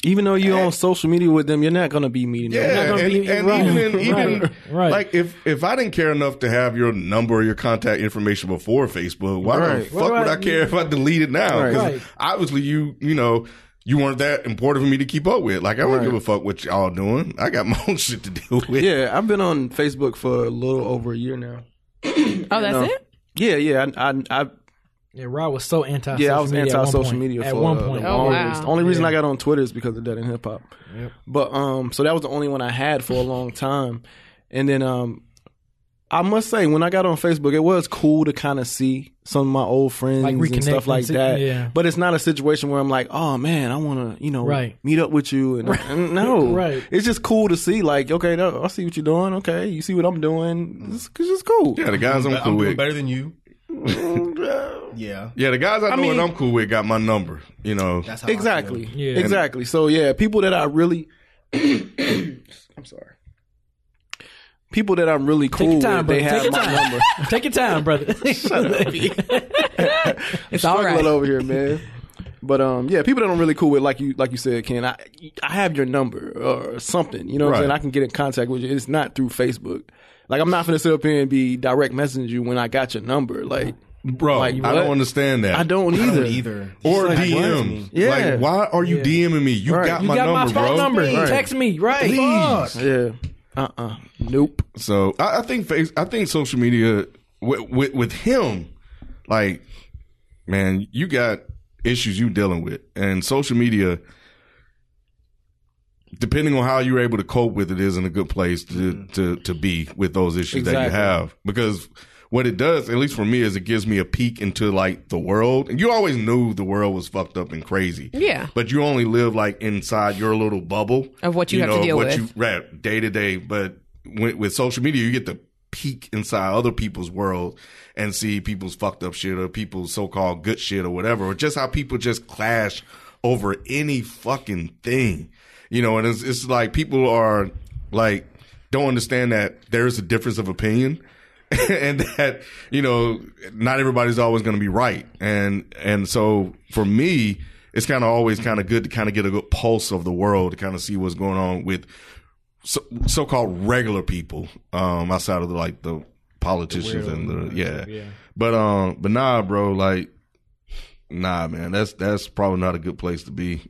F: Even though you're on social media with them, you're not gonna be meeting them.
C: yeah, and,
G: be-
C: and
G: (laughs) right,
C: even in, even
G: right.
C: like if if I didn't care enough to have your number or your contact information before Facebook, why the
F: Right.
C: fuck would I care if I delete it now? 'Cause
G: Right.
C: obviously you you know you weren't that important for me to keep up with. Like I don't give a fuck what y'all doing. I got (laughs) my own shit to deal with.
F: Yeah, I've been on Facebook for a little over a year now.
D: Oh, that's
F: No.
D: it.
F: Yeah, yeah, I, I, I
G: Yeah, Rod was so anti.
F: yeah, I was
G: media at one
F: anti-social
G: point.
F: media
G: at
F: for
G: one
F: uh,
G: point.
F: the
D: Oh, wow.
F: longest. The only reason I got on Twitter is because of that in hip hop. But um, so that was the only one I had for a long time, and then um, I must say when I got on Facebook, it was cool to kind of see some of my old friends
G: Like
F: and
G: reconnect
F: stuff like
G: and see-
F: that.
G: yeah.
F: But it's not a situation where I'm like, oh man, I want to you know
G: Right.
F: meet up with you and and (laughs) no,
G: (laughs) Right.
F: It's just cool to see like okay, no, I see what you're doing. Okay, you see what I'm doing. It's, it's just cool.
C: Yeah, the guys I'm
H: But I'm
C: cool
H: doing
C: with.
H: better than you. (laughs) yeah,
C: Yeah, the guys I know
F: mean-
C: and I'm cool with got my number. You know,
H: that's how I feel.
F: Exactly.
G: Yeah.
F: Exactly. So yeah, people that I really (clears throat) I'm sorry. People that I'm really cool
G: Take your time,
F: with, they
G: brother.
F: have
G: Take your
F: my
G: time.
F: number.
G: Take your time,
F: (laughs)
G: brother. (laughs)
D: It's all right.
F: Struggling over here, man. But um, yeah, people that I'm really cool with, like you, like you said, Ken, I I have your number or something. You know what
C: Right.
F: I'm saying? I can get in contact with you. It's not through Facebook. Like I'm not gonna sit up here and be direct messaging you when I got your number. Like
C: bro,
F: Like,
C: I
F: what?
C: don't understand that.
F: I don't
H: I
F: either.
H: don't either.
C: or
H: Like, what?
C: DMs.
F: Yeah.
C: Like, why are you DMing me? You
F: Right.
C: got
G: You
C: my
G: got
C: number,
G: my
C: bro.
G: phone number.
C: Right.
G: Text me, right?
H: Fuck.
F: Yeah. Uh. uh Nope.
C: So I, I think face, I think social media with, with with him, like man, you got issues you dealing with, and social media, depending on how you're able to cope with it, isn't a good place to
D: Mm-hmm.
C: to to be with those issues that you
F: Exactly.
C: have because. What it does, at least for me, is it gives me a peek into like the world. And you always knew the world was fucked up and crazy.
D: Yeah.
C: But you only live like inside your little bubble
D: Of what you have to deal
C: what
D: with.
C: You, right, day to day. But with, with social media, you get to peek inside other people's world and see people's fucked up shit or people's so called good shit or whatever, or just how people just clash over any fucking thing. You know, and it's, it's like people are like, don't understand that there's a difference of opinion. (laughs) and that you know not everybody's always going to be right and and so for me it's kind of always kind of good to kind of get a good pulse of the world to kind of see what's going on with so, so-called regular people um outside of the, like the politicians and the yeah. but um but nah bro like nah man that's that's probably not a good place to be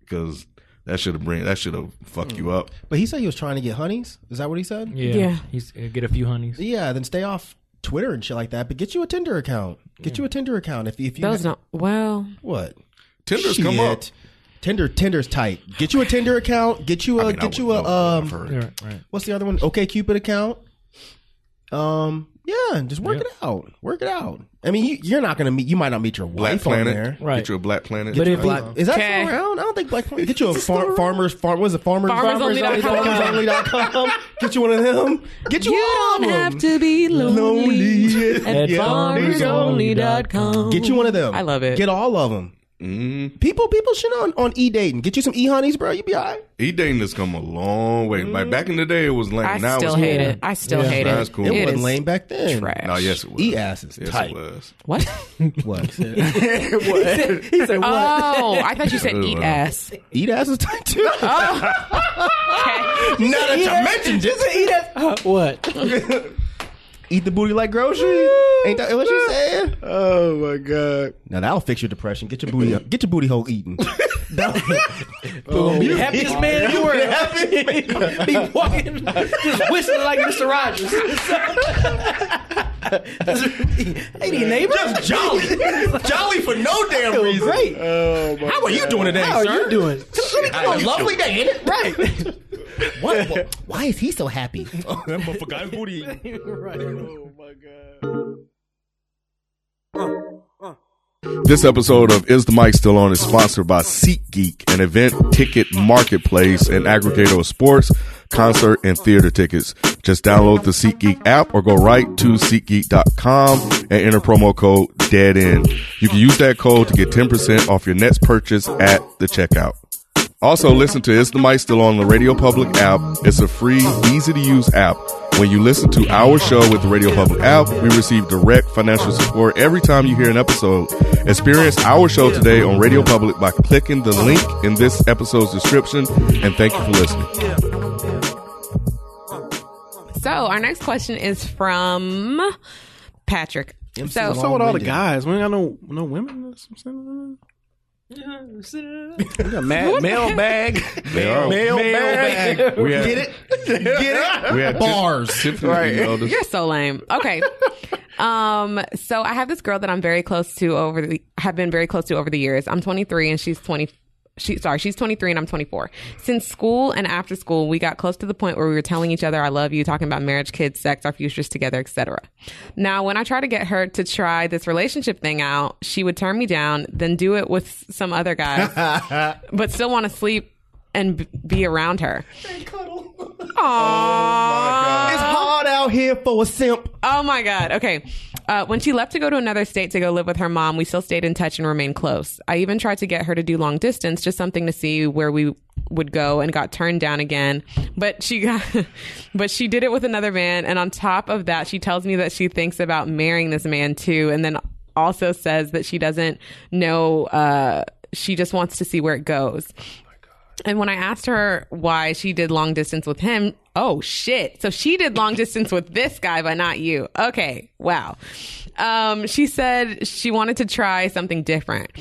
C: because that should have bring that should have fucked you up
H: But he said he was trying to get honeys. Is that what he said?
G: Yeah,
D: Yeah.
G: He's, he'll get a few honeys.
H: Yeah, then stay off Twitter and shit like that. But get you a Tinder account. Get you a Tinder account if if you
D: Those don't. Well,
H: what
C: Tinder's come up
H: Shit. Tinder Tinder's tight. Get you a Tinder account. Get you a
C: I mean, I
H: get you a
C: wouldn't know,
H: um
C: I've heard.
G: Right, right.
H: what's the other one? Okay Cupid account. Um yeah, just work it out. Work it out. I mean, you, you're not gonna meet. You might not meet your
C: black
H: wife on there.
C: planet
G: Right.
C: get you a black planet
G: But if (laughs)
H: Black, is that
D: Okay.
H: still around? I don't think Black Planet. Get you a far, farmers farm. Was it farmers
D: FarmersOnly.com.
H: farmersonly.com? Get you one of them. Get you, all of them.
D: be
H: lonely
D: at
H: Yeah.
D: farmersonly.com.
H: Get you one of them.
D: I love it.
H: Get all of them.
C: Mm-hmm.
H: People, people should know on, on e dating. Get you some e honeys, bro. You be all right.
C: E dating has come a long way. Like back in the day, it was lame.
D: I
C: now
D: still
C: it's E
D: hate
C: cool.
D: it. I still hate it.
C: Nah, it's cool.
H: It,
C: It
H: wasn't
D: is
H: lame back then.
D: Trash.
C: No, yes, it was.
H: E ass is
C: yes,
H: tight.
C: it was.
D: What?
H: What?
G: He said, "What?"
D: Oh, I thought you said
C: Ooh,
D: eat
C: wow.
D: ass. Okay.
H: Eat ass (laughs) is tight too. now (laughs) that you mentioned it, eat ass.
G: what?
H: (laughs) Eat the booty like groceries. Ain't that what you saying?
F: Oh my god.
H: Now that'll fix your depression. Get your booty up. Get your booty hole eaten.
F: (laughs)
H: (laughs) That'll-
F: Oh,
G: You the happiest man
H: (laughs)
G: in the world. (laughs) He walking, just whistling like Mister
H: (laughs)
G: Rogers. Ain't he a neighbor?
H: Just jolly. jolly for no damn reason.
G: Great.
F: Oh,
H: How are you doing today,
G: How
H: sir?
G: are you doing?
H: It's a lovely day, ain't it? Right. What, what- why is he so happy? (laughs) Oh, that motherfucker booty.
C: This episode of Is the Mic Still On is sponsored by SeatGeek, an event ticket marketplace and aggregator of sports, concert, and theater tickets. Just download the SeatGeek app or go right to SeatGeek.com and enter promo code Dead End. You can use that code to get 10% off your next purchase at the checkout. Also, listen to Is the Mic Still On the Radio Public app. It's a free, easy to use app. When you listen to our show with the Radio Public app, we receive direct financial support every time you hear an episode. Experience our show today on Radio Public by clicking the link in this episode's description. And thank you for listening.
D: So our next question is from Patrick.
H: MC
D: so
H: Long.
F: So with all the guys, we ain't got no no women. that's what I'm saying. Mad mailbag.
C: Mail-
F: Mailbag.
C: We had,
H: Get it? Get
C: (laughs)
H: it?
C: We had
H: Bars.
C: Tiffany emailed us.
D: You're so lame. Okay. um, so I have this girl that I'm very close to over the have been very close to over the years. I'm 23 and she's 20 she sorry, she's 23 and I'm 24. Since school and after school, we got close to the point where we were telling each other I love you, talking about marriage, kids, sex, our futures together, etc. Now, when I try to get her to try this relationship thing out, she would turn me down, then do it with some other guys, but still want to sleep and b- be around her.
H: It's hard out here for a simp.
D: Oh my God. Okay. Uh, when she left to go to another state to go live with her mom, we still stayed in touch and remained close. I even tried to get her to do long distance, just something to see where we would go, and got turned down again. But she got, (laughs) but she did it with another man. And on top of that, she tells me that she thinks about marrying this man too, and then also says that she doesn't know. Uh, she just wants to see where it goes. And when I asked her why she did long distance with him, oh shit. So she did long distance with this guy, but not you. Okay. Wow. Um, she said she wanted to try something different.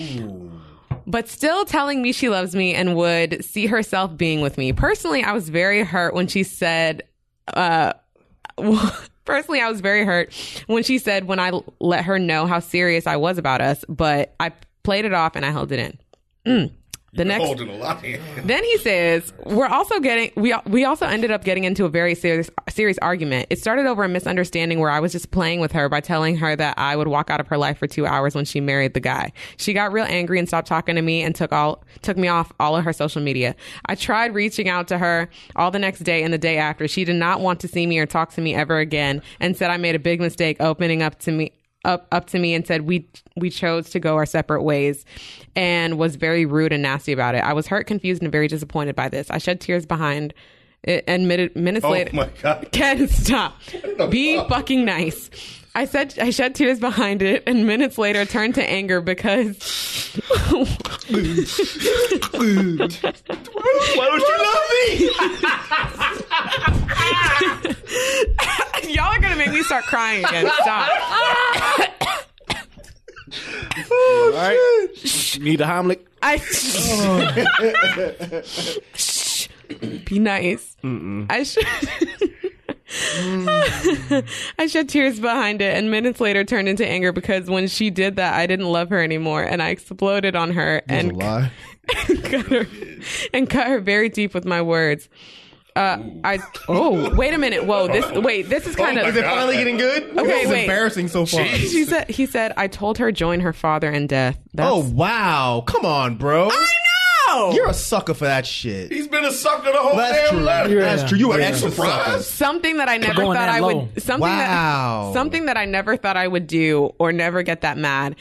D: But still telling me she loves me and would see herself being with me. Personally, I was very hurt when she said, uh, (laughs) personally, I was very hurt when she said when I l- let her know how serious I was about us, but I played it off and I held it in. Mm. The next
C: Holding a lot in.
D: then he says, "We're also getting we we also ended up getting into a very serious serious argument. It started over a misunderstanding where I was just playing with her by telling her that I would walk out of her life for 2 hours when she married the guy. She got real angry and stopped talking to me and took all took me off all of her social media. I tried reaching out to her all the next day and the day after. She did not want to see me or talk to me ever again and said I made a big mistake opening up to me up up to me and said we we chose to go our separate ways and was very rude and nasty about it. I was hurt, confused, and very disappointed by this. I shed tears behind it and minute, minutes
C: Oh
D: later
C: my god.
D: (laughs) Ken, stop. Be fucking nice. I said I shed tears behind it and minutes later turned to anger because
C: (laughs) Why don't you love me?
D: (laughs) y'all are gonna make me start crying again. Stop.
F: Need a Heimlich.
D: I Shh. (laughs) be nice. I should. (laughs) I shed tears behind it, and minutes later turned into anger because when she did that, I didn't love her anymore, and I exploded on her and (laughs)
H: Lie.
D: cut her and cut her very deep with my words. Uh, I oh wait a minute whoa this wait this is
C: Oh
D: kind of (laughs)
H: Is it finally getting good?
D: Okay,
H: this is
D: wait.
H: embarrassing so far.
D: she said he said I told her join her father in death. That's,
H: Oh wow! Come on, bro.
D: no!
H: You're a sucker for that shit.
C: He's been a sucker the whole
H: That's
C: damn
H: true.
C: letter.
H: That's true. You an
C: Yeah.
H: extra sucker.
C: Surprise.
D: (laughs) something that I never
G: going
D: thought
G: that
D: I
G: low.
D: would something
H: Wow.
D: that something that I never thought I would do or never get that mad.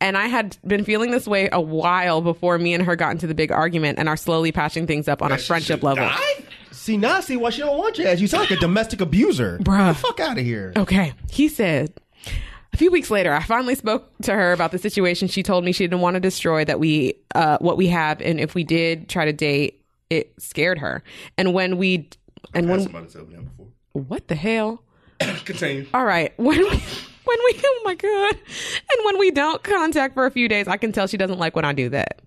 D: And I had been feeling this way a while before me and her got into the big argument and are slowly patching things up on a friendship level.
H: See now, I see why she don't want your ass. You sound like a domestic abuser.
D: Bruh.
H: Get the fuck out of here.
D: Okay. He said, a few weeks later, I finally spoke to her about the situation. She told me she didn't want to destroy that we, uh, what we have, and if we did try to date, it scared her. And when we, and when,
C: Somebody told me that before.
D: what the hell?
C: (coughs) Continue.
D: All right. When we, (laughs) when we, oh my God. And when we don't contact for a few days, I can tell she doesn't like when I do that.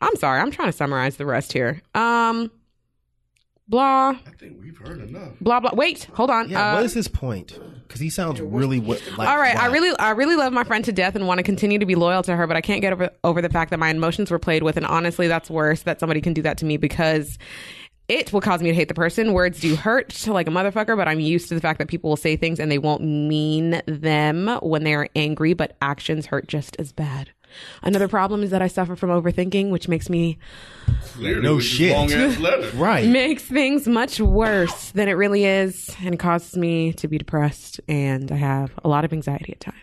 D: I'm sorry. I'm trying to summarize the rest here. Um, blah,
C: I think we've heard enough.
D: blah, blah. Wait, hold on.
H: Yeah,
D: Uh,
H: what is his point? Because he sounds really what. Like,
D: All right, I
H: why?
D: really, I really love my friend to death and want to continue to be loyal to her, but I can't get over over the fact that my emotions were played with, and honestly, that's worse that somebody can do that to me because it will cause me to hate the person. Words do hurt to like a motherfucker, but I'm used to the fact that people will say things and they won't mean them when they are angry, but actions hurt just as bad. Another problem is that I suffer from overthinking, which makes me
H: No shit.
C: Long ass letter.
H: right.
D: makes things much worse than it really is and causes me to be depressed and I have a lot of anxiety at times.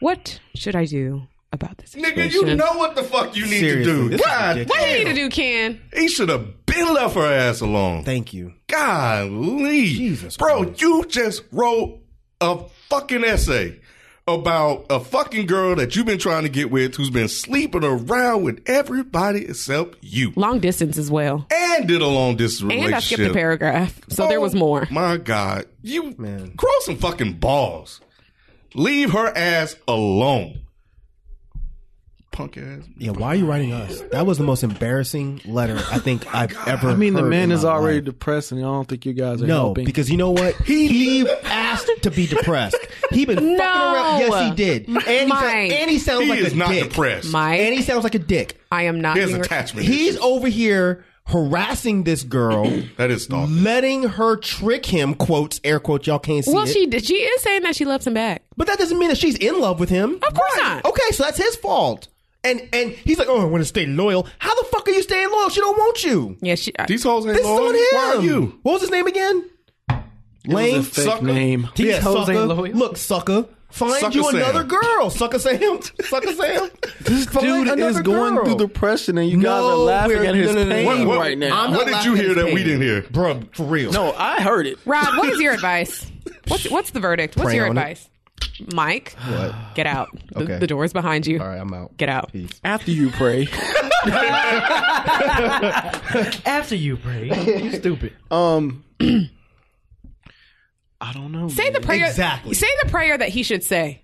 D: What should I do about this situation?
C: Nigga, you know what the fuck you need to
H: Seriously,
C: do.
H: this is
C: God,
H: ridiculous.
D: what do you need to do, Ken?
C: he should have been left her ass alone.
H: Thank you.
C: Golly.
H: Jesus
C: Bro,
H: Christ.
C: you just wrote a fucking essay about a fucking girl that you've been trying to get with who's been sleeping around with everybody except you.
D: Long distance as well.
C: And did a long distance
D: And I
C: relationship.
D: skipped a paragraph, so there was
C: Oh,
D: more.
C: My God. You grow some fucking balls. Leave her ass alone. punk ass.
H: Yeah, why are you writing us? That was the most embarrassing letter I think I've ever.
F: I mean, the
H: heard
F: man
H: in
F: is
H: my
F: already
H: life.
F: depressed, and I don't think you guys are
H: no,
F: helping.
H: because you know what? He, asked to be depressed. He been fucking around. Yes, he did. And he, sound-
D: Mike.
H: and he sounds
C: He
H: like
C: is
H: a
C: not
H: dick.
C: depressed.
D: Mike.
H: And he sounds like a dick.
D: I am not.
C: His
D: being-
C: attachment.
H: He's
C: issues.
H: over here harassing this girl,
C: that is stalking.
H: letting her trick him. Quotes, air quotes. Y'all can't see
D: well,
H: it.
D: she did. She is saying that she loves him back.
H: But that doesn't mean that she's in love with him.
D: Of course not.
H: Okay, so that's his fault. And and he's like, oh, I want to stay loyal. How the fuck are you staying loyal? She don't want you.
D: Yeah, she. I,
C: These hoes ain't
H: This
C: loyal.
H: is
C: Why
H: on him.
C: are you?
H: What was his name again?
F: It
H: Lane.
F: was a fake
C: sucker.
F: name.
G: These
H: yeah,
G: hoes
H: sucker.
G: ain't loyal.
H: Look, sucker. Find
C: Sucker
H: you
C: Sam.
H: another girl, sucker Sam. (laughs) Sucker Sam.
F: This
H: Find
F: dude is
H: another
F: going
H: girl.
F: through depression, and you guys are
H: No,
F: laughing
H: we're-
F: at his
H: no, no, no, no,
F: pain
H: no.
C: What-
F: right now.
H: I'm not
C: What did
H: laughing
C: you
H: at
C: hear
H: his
C: that
H: pain.
C: we didn't hear?
H: Bruh, for real.
F: no, Oh, I heard it.
D: Rob, what
H: (laughs)
D: is your advice? What's what's the verdict? What's
H: Pray
D: your
H: on it.
D: advice? Mike, get out. The,
H: Okay.
D: the door is behind you.
H: All right, I'm out.
D: Get out.
F: After you
H: (laughs)
F: pray,
G: After you, pray.
F: (laughs)
G: You stupid.
F: um, I don't know.
D: Say the prayer.
H: Exactly.
D: Say the prayer that he should say.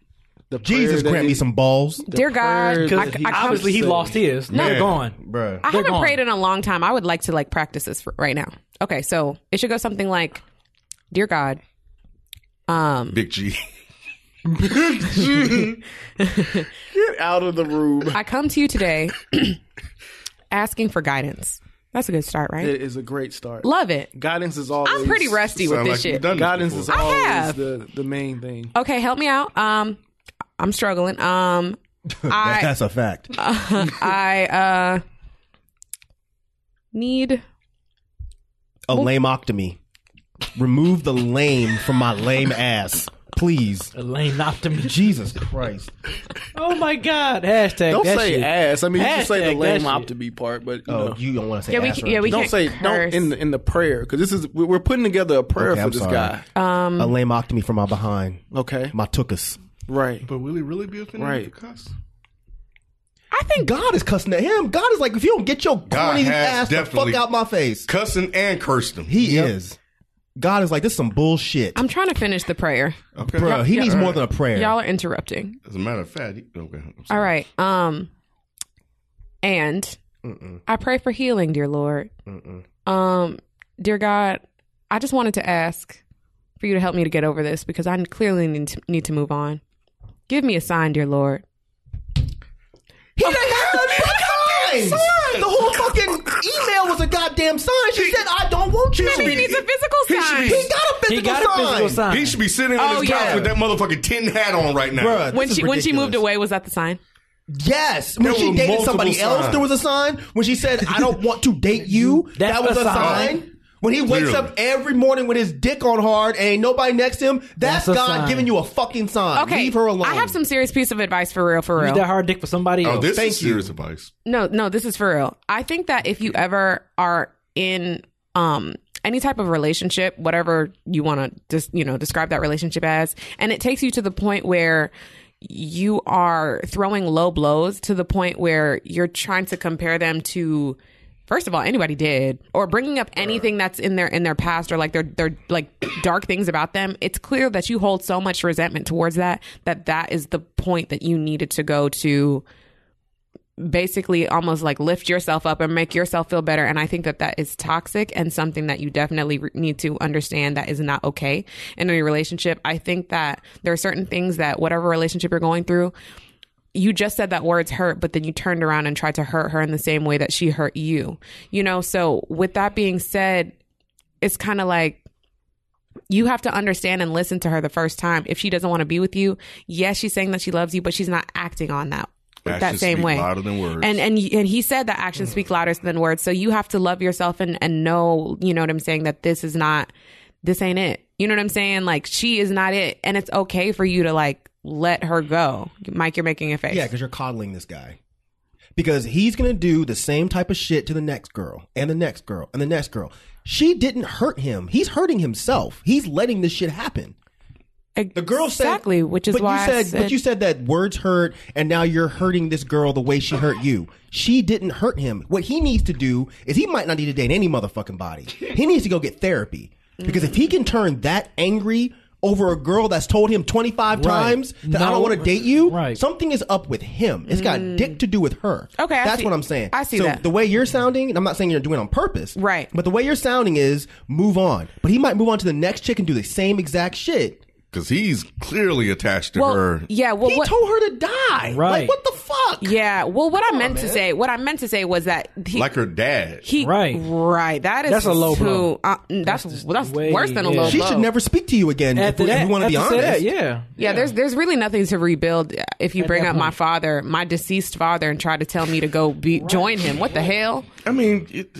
F: the
H: Jesus
F: prayer that
H: grant me
F: he-
H: some balls.
D: Dear God,
F: prayer
D: I,
F: that
D: I
F: he-
D: come-
G: Obviously, he
F: Say-
G: lost his. Now they're
C: Man.
G: gone.
H: Bruh.
D: I haven't
G: gone.
D: prayed in a long time. I would like to like practice this for right now. Okay, so it should go something like, "Dear God, um,
C: Big G.
F: Get out of the room.
D: I come to you today, (clears throat) asking for guidance. That's a good start, right?
F: It is a great start.
D: Love it.
F: Guidance is always.
D: I'm pretty rusty with
C: Sound
D: this
C: like
D: shit.
C: you've done this
F: Guidance
C: before.
F: is
D: I
F: always
D: have.
F: the, the main thing.
D: Okay, help me out. Um, I'm struggling.
H: (laughs)
D: Um, I
H: That's a fact.
D: I uh need
H: a lameoctomy. Remove the lame from my lame ass, please.
G: A lame optimist.
H: Jesus (laughs) Christ.
G: Oh my God. Hashtag.
F: Don't
G: that
F: say
G: shit.
F: ass. I mean, you can say the
G: Hashtag that
F: lame
G: shit.
F: optimy part, but you
H: Oh,
F: know.
H: you don't want to say
D: Yeah, we
H: ass
D: can-
H: right?
D: yeah, we
F: don't
D: can't
F: say
D: curse.
F: don't in the, in the prayer because this is we- we're putting together a prayer
H: Okay,
F: for
H: I'm
F: this
H: sorry.
F: guy.
D: Um,
H: a lameoctomy from my behind.
F: Okay,
H: My tookus.
F: right.
C: But will he really be offended
F: Right.
C: if you cuss?
H: I think God is cussing at him. God is like, if you don't get your
C: God
H: corny
C: has
H: ass the fuck
C: definitely-
H: out my face.
C: Cussing and cursed him.
H: He is. God is like, this is some bullshit.
D: I'm trying to finish the prayer.
C: Okay.
H: Bro, he needs
C: All
H: more
C: right.
H: than a prayer.
D: Y'all are interrupting.
C: As a matter of fact, he, okay. I'm sorry.
D: All right. Um and I pray for healing, dear Lord. Um dear God, I just wanted to ask for you to help me to get over this because I clearly need to, need to move on. Give me a sign, dear Lord.
H: he didn't have
D: (laughs)
H: signs. The whole fucking email was a goddamn sign. She said, I don't want you.
D: He needs a physical sign.
H: He got a physical
G: He got a physical sign.
C: He should be sitting on
D: Oh,
C: his
D: yeah.
C: couch with that motherfucking tin hat on right now.
H: Bruh,
D: when
H: this
D: she
H: is
D: when she
H: ridiculous.
D: moved away, was that the sign?
H: Yes, when
C: There
H: she
C: were
H: dated
C: multiple
H: somebody else,
C: signs.
H: there was a sign. When she said, "I don't want to
G: (laughs)
H: date you," that
G: That's
H: was
G: a
H: a sign.
G: sign.
H: When he wakes
C: Clearly.
H: up every morning with his dick on hard and ain't nobody next to him, that's,
G: That's a
H: God
G: sign.
H: giving you a fucking sign.
D: Okay.
H: Uh, Leave her alone.
D: I have some serious piece of advice for real, for
G: Use
D: real.
G: that hard dick for somebody else.
C: Oh, this
H: Thank
C: is
H: you.
C: serious advice.
D: No, no, this is for real. I think that if you ever are in um any type of relationship, whatever you want to just, you know, describe that relationship as, and it takes you to the point where you are throwing low blows to the point where you're trying to compare them to first of all anybody did or bringing up anything that's in their in their past or like their their like dark things about them it's clear that you hold so much resentment towards that that that is the point that you needed to go to basically almost like lift yourself up and make yourself feel better and i think that that is toxic and something that you definitely re- need to understand that is not okay in any relationship i think that there are certain things that whatever relationship you're going through you just said that words hurt but then you turned around and tried to hurt her in the same way that she hurt you you know so with that being said it's kind of like you have to understand and listen to her the first time if she doesn't want to be with you yes she's saying that she loves you but she's not acting on that that
C: Actions
D: same
C: speak
D: way
C: Louder than words.
D: and and and he said that
H: Mm.
D: actions speak louder than words. So you have to love yourself and and know, you know what I'm saying, that this is not this ain't it. You know what I'm saying? Like she is not it and it's okay for you to like let her go. Mike, you're making a face.
H: Yeah, because you're coddling this guy. Because he's gonna do the same type of shit to the next girl and the next girl and the next girl. She didn't hurt him. He's hurting himself. He's letting this shit happen. The girl said
D: Exactly, which is
H: but
D: why I
H: you said,
D: said-
H: but you said that words hurt, and now you're hurting this girl the way she hurt you. She didn't hurt him. What he needs to do is he might not need to date any motherfucking body. He needs to go get therapy because if he can turn that angry over a girl that's told him 25 times that I
G: No.
H: don't want to date you,
G: Right.
H: something is up with him. It's got dick to do with her.
D: Mm. Okay, I
H: That's
D: see-
H: what I'm saying.
D: I see
H: so
D: that.
H: the way you're sounding, and I'm not saying you're doing it on purpose.
D: Right.
H: But the way you're sounding is move on. But he might move on to the next chick and do the same exact shit.
C: because he's clearly attached to
D: Well,
C: her.
D: yeah. Well,
H: he
D: Uh, what,
H: told her to die.
G: Right.
H: Like what the fuck?
D: yeah. Well, what I meant to
H: man.
D: say, what I meant to say was that he,
C: like her dad.
D: he,
G: Right.
D: right. That is
G: That's a low
D: too,
G: blow.
D: Uh, that's that's,
G: way-
D: worse than a
G: yeah.
D: low
H: She
D: blow.
H: should never speak to you again if
G: After
H: we,
G: that,
H: want to be
G: after
H: honest.
G: that, yeah.
D: Yeah, there's there's really nothing to rebuild uh, if you bring
G: that
D: up my
G: point.
D: father, my deceased father, and try to tell me to go be, join him. What the hell?
C: I mean, it,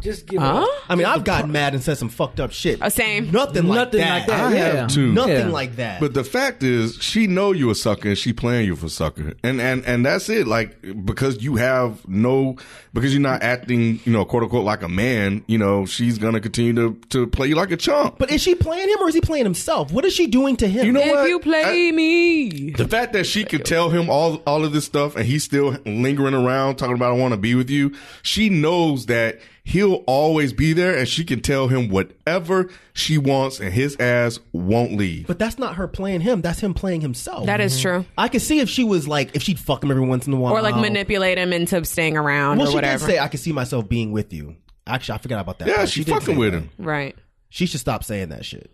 G: Just give
D: Huh?
G: up.
H: I mean, I've gotten mad and said some fucked up shit.
D: Uh, same.
H: Nothing,
G: Nothing
H: like
G: like
H: that.
G: that. I have Yeah.
C: too.
H: Nothing
G: Yeah.
H: like that.
C: but the fact is, she know you a sucker, and she playing you for sucker, and and and that's it. Like because you have no, because you're not acting, you know, quote unquote, like a man. You know, she's gonna continue to to play you like a chump.
H: But is she playing him or is he playing himself? What is she doing to him?
C: You know
D: If
C: what?
D: you play
C: I-
D: me,
C: The fact that she could tell him all all of this stuff and he's still lingering around talking about I want to be with you, she knows that he'll always be there and she can tell him whatever she wants and his ass won't leave.
H: But that's not her playing him. That's him playing himself.
D: that is true.
H: I could see if she was like, if she'd fuck him every once in a while,
D: Or like manipulate him into staying around
H: Well,
D: or
H: she
D: whatever.
H: did say, "I could see myself being with you." Actually, I forgot about that.
C: Yeah,
H: part.
C: she,
H: did
C: fucking
H: say
C: with
H: that.
C: him.
D: right.
H: She should stop saying that shit.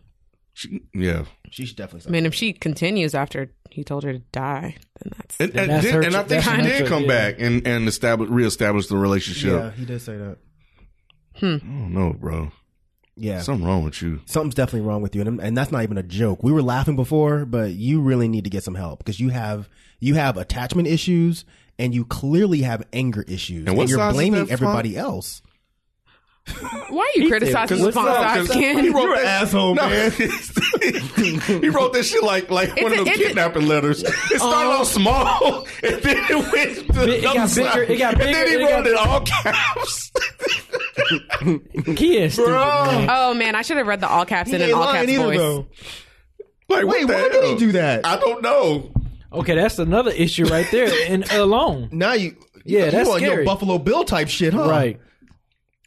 C: She, yeah.
H: She should definitely. Stop.
D: I mean, if she continues after he told her to die, then that's
C: And, and,
G: that's
C: did-
G: her-
C: and I think
G: that's
C: she
G: her
C: did
G: trick,
C: come
G: yeah.
C: back and, and establish reestablish the relationship.
H: yeah, he did say that.
C: I don't know, bro.
H: Yeah,
C: Something wrong with you.
H: something's definitely wrong with you, and, and that's not even a joke. We were laughing before, but you really need to get some help because you have you have attachment issues, and you clearly have anger issues,
C: And what size
H: you're
C: is
H: blaming
C: that
H: everybody else.
D: why are you criticizing
C: Because
D: the
C: it's not,
D: sponsor
C: 'cause
D: skin?
C: He wrote
H: You're an
C: that-
H: asshole,
C: no.
H: man.
C: he wrote that shit like like one
D: a-
C: of them
D: it's a- Oh.
C: kidnapping letters. It started off small (laughs) and then it went to
G: It got
C: another
G: bigger-
C: side.
G: it got
C: And then
G: bigger,
C: he
G: it
C: wrote
G: got-
C: it all caps. (laughs)
G: Kia is stupid, man.
D: (laughs) Oh man, I should have read the all caps and an
H: ain't
D: all
H: lying
D: caps
H: either,
D: voice.
H: though.
C: like,
H: Wait,
C: what the
H: why did he
C: hell?
H: do that?
C: I don't know.
G: Okay, that's another issue right
H: (laughs)
G: there. And alone,
H: Now you,
G: Yeah,
H: you,
G: that's
H: on your
G: scary.
H: Buffalo Bill type shit, huh?
G: right?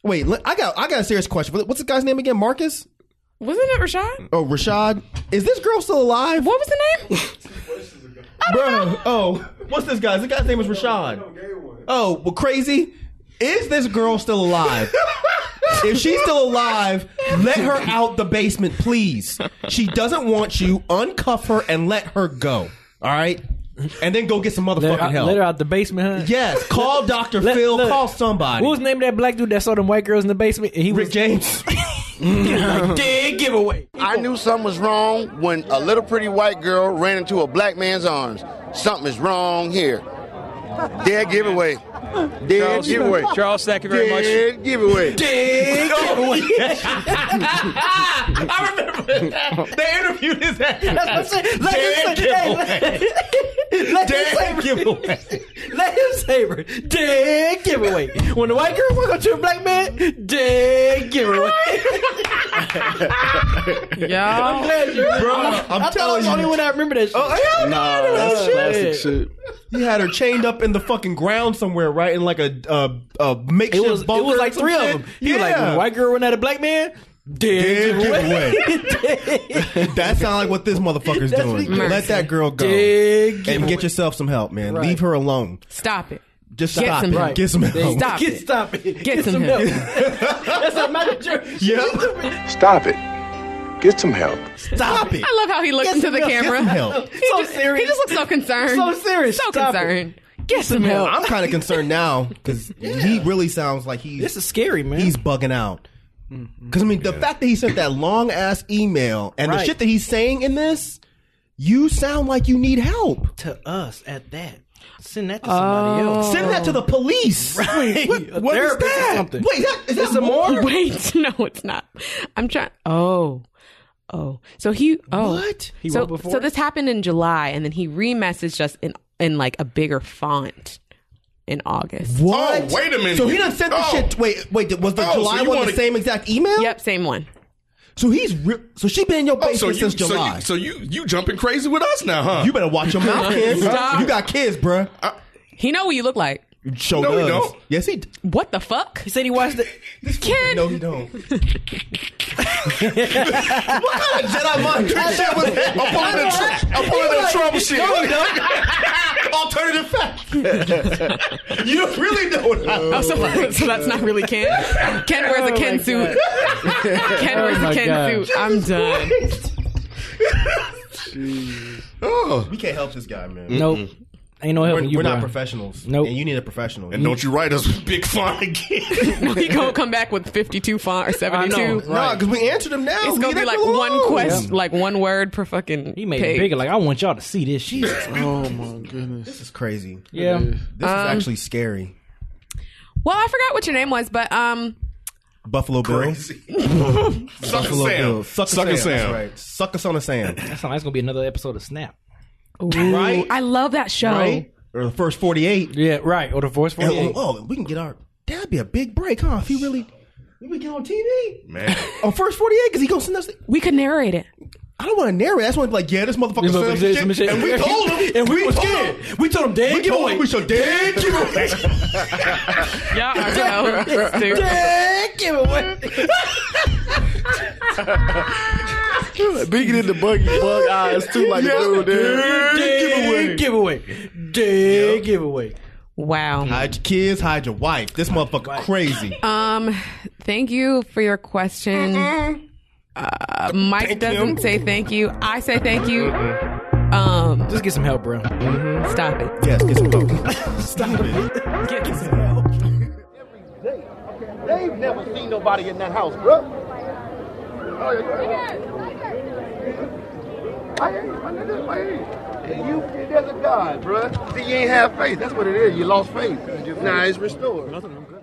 H: Wait, let- I got I got a serious question. What's the guy's name again? Marcus?
D: Wasn't it Rashad?
H: Oh, Rashad? Is this girl still alive?
D: What was the name?
H: (laughs) Bro, oh, what's this guy's? The guy's name is Rashad. Oh, well, crazy. Is this girl still
G: (laughs)
H: alive? if she's still alive, let her out the basement, please. She doesn't want you. Uncuff her and let her go. All right, and then go get some motherfucking
G: Let her, out,
H: help.
G: let her out the basement. Huh?
H: Yes, call Doctor
G: Let-
H: Phil.
G: look.
H: call somebody.
G: What was the name of that black dude that saw them white girls in the basement? And he
H: Rick
G: was (laughs)
H: James? (laughs)
G: dead giveaway.
A: I knew something was wrong when a little pretty white girl ran into a black man's arms. Something is wrong here. Dead giveaway. Dead giveaway.
B: Charles, thank you very much.
A: Dead giveaway.
H: They interviewed his ass. That's what I'm saying. Let him say hey, Let, let him say
G: (laughs)
H: giveaway. Let him savor. Dead giveaway. When the white girl walk up to a black man, dead giveaway.
D: Y'all.
H: Glad you, bro. I'm
G: I thought I
H: telling
G: was the only
H: you.
G: one that remember that shit.
H: Oh,
F: Nah, that's classic shit.
H: He had her chained up in the fucking ground somewhere, right in like a uh, uh,
G: it
H: makeshift
G: was it
H: bunker.
G: was
H: or
G: like
H: some
G: three
H: shit.
G: of them. You were like
H: yeah.
G: when a white girl run at a black man, dead,
H: Dead
G: giveaway.
H: That sounds like what this motherfucker's
G: That's what
H: doing.
G: he did.
H: Let that girl go
G: Dead
H: and
G: giveaway.
H: get yourself some help, man.
G: Right.
H: Leave her alone.
D: Stop it.
H: Just
D: Get
H: stop
D: some
H: it.
D: help.
H: Get some help.
D: Stop
G: (laughs) get
D: it.
G: stop it. Get,
D: some
G: some
D: help.
G: help.
H: (laughs)
G: That's a manager.
H: Yep.
I: Stop it. Get some help.
H: Stop it.
D: I love how he looks
H: Get
D: into
H: some
D: the
H: help. Get
D: camera.
H: some help.
D: He
G: So
D: just,
G: serious.
D: He just looks so concerned.
G: So serious.
D: So
G: Stop it.
D: concerned. (laughs) Get some help.
H: I'm kind of concerned now because he really sounds like he's
G: This is scary, man.
H: he's bugging out. Because I mean, the fact that he sent that long ass email and the
G: Right.
H: shit that he's saying in this, you sound like you need help.
G: to us at that. Send that to
H: Uh,
G: somebody else.
H: Send that to the police.
G: Right.
H: What,
G: A
H: what is
G: therapist or
H: that?
G: something.
H: Wait, is that, is that some more?
D: Wait, no, it's not. I'm trying. Oh, oh. So he. Oh,
H: What?
G: He
D: so
G: wrote before?
D: so this happened in July, and then he remessaged us in in like a bigger font in August.
H: What?
C: Oh, wait a minute.
H: So he done sent the
C: Oh.
H: shit. Wait, wait. Was the
C: Oh, so
H: July
C: you
H: one
C: wanna-
H: the same exact email?
D: Yep, same one.
H: So he's re- so she been in your
C: Oh,
H: basement
C: so you,
H: since
C: so
H: July.
C: you so you you jumping crazy with us now, huh?
H: You better watch your
G: (laughs)
H: mouth, kids.
D: Stop.
H: You got kids, bruh.
D: He know what you look like.
H: Show
C: No, he
H: does.
C: don't.
H: Yes, he. d-
D: What the fuck?
G: (laughs) He said he watched it.
D: Kid,
H: No, he don't. kind of Jedi mind trick shit was that?
C: I'm pulling the, tr-
H: (laughs)
C: I'm pulling the trouble shit. (laughs)
H: Alternative fact. you don't really know what
G: (laughs)
H: I
D: Oh, so, (laughs) so that's not really Ken. Ken
G: Oh
D: wears a Ken suit. Ken
H: Oh
D: wears
G: my
D: a Ken
G: God.
D: suit. I'm done.
C: Oh.
H: We can't help this guy, man.
G: Nope. Ain't no
H: We're,
G: helping you,
H: we're not
G: bro.
H: professionals.
G: Nope.
H: And you need a professional.
C: And don't you write us (laughs) big font again.
D: (laughs) He gonna come back with 52 font or 72.
H: no, because we answered him now.
D: It's
H: Leave
D: gonna be
H: that
D: like
H: dude
D: one
H: alone.
D: question, like one word per fucking.
G: He made
D: page.
G: it bigger. Like I want y'all to see this shit.
F: Oh my goodness.
H: This is crazy.
G: yeah.
H: This is actually scary.
D: Well, I forgot what your name was, but um,
H: Buffalo Bill.
C: Sucker
H: (laughs) Buffalo
C: Sam.
H: Bill. Sucker,
C: Sucker Sam.
H: Sam. That's right. Suck us on the
G: (laughs)
H: sand.
G: That's not. That's gonna be another episode of Snap.
D: ooh,
H: Right.
D: I love that show.
H: Right? Or the first 48.
G: Oh. Yeah. Right. Or the force for
H: And, oh, oh, we can get our. That'd be a big break, huh? If he really. We would get on TV.
C: Man.
H: On first 48, because he going to send us.
D: We could narrate it.
H: I don't want to narrate. I just want to be like, yeah, this motherfucker
G: This motherfucker
H: said
G: said
H: some
G: some
H: shit.
G: shit.
H: And we told him.
G: (laughs) And we were
H: told
G: scared.
H: him.
G: We told him, "Dad,
H: We give away. We should
G: (laughs)
H: dead giveaway.
D: Y'all are (laughs) so stupid.
H: Dead giveaway.
F: Biggie did the buggy bug eyes too, like
H: Yeah.
F: dude. dude.
G: Dead giveaway. Giveaway. Dead giveaway.
D: Wow.
H: Hide your kids, hide your wife. This motherfucker crazy.
G: Uh,
D: Um, thank you for your question. Uh, Mike doesn't say thank you. I say thank you. Um,
G: Just get some help, bro.
D: stop it.
H: yes,
G: (laughs)
H: get some help. Stop it.
D: Get this-
B: They've never seen nobody in that house, bro. I hear you. I hear you. I hear you. And you, there's a God, bruh. See, you ain't have faith. That's what it is. You lost faith. Nah, it's restored. Nothing. I'm good.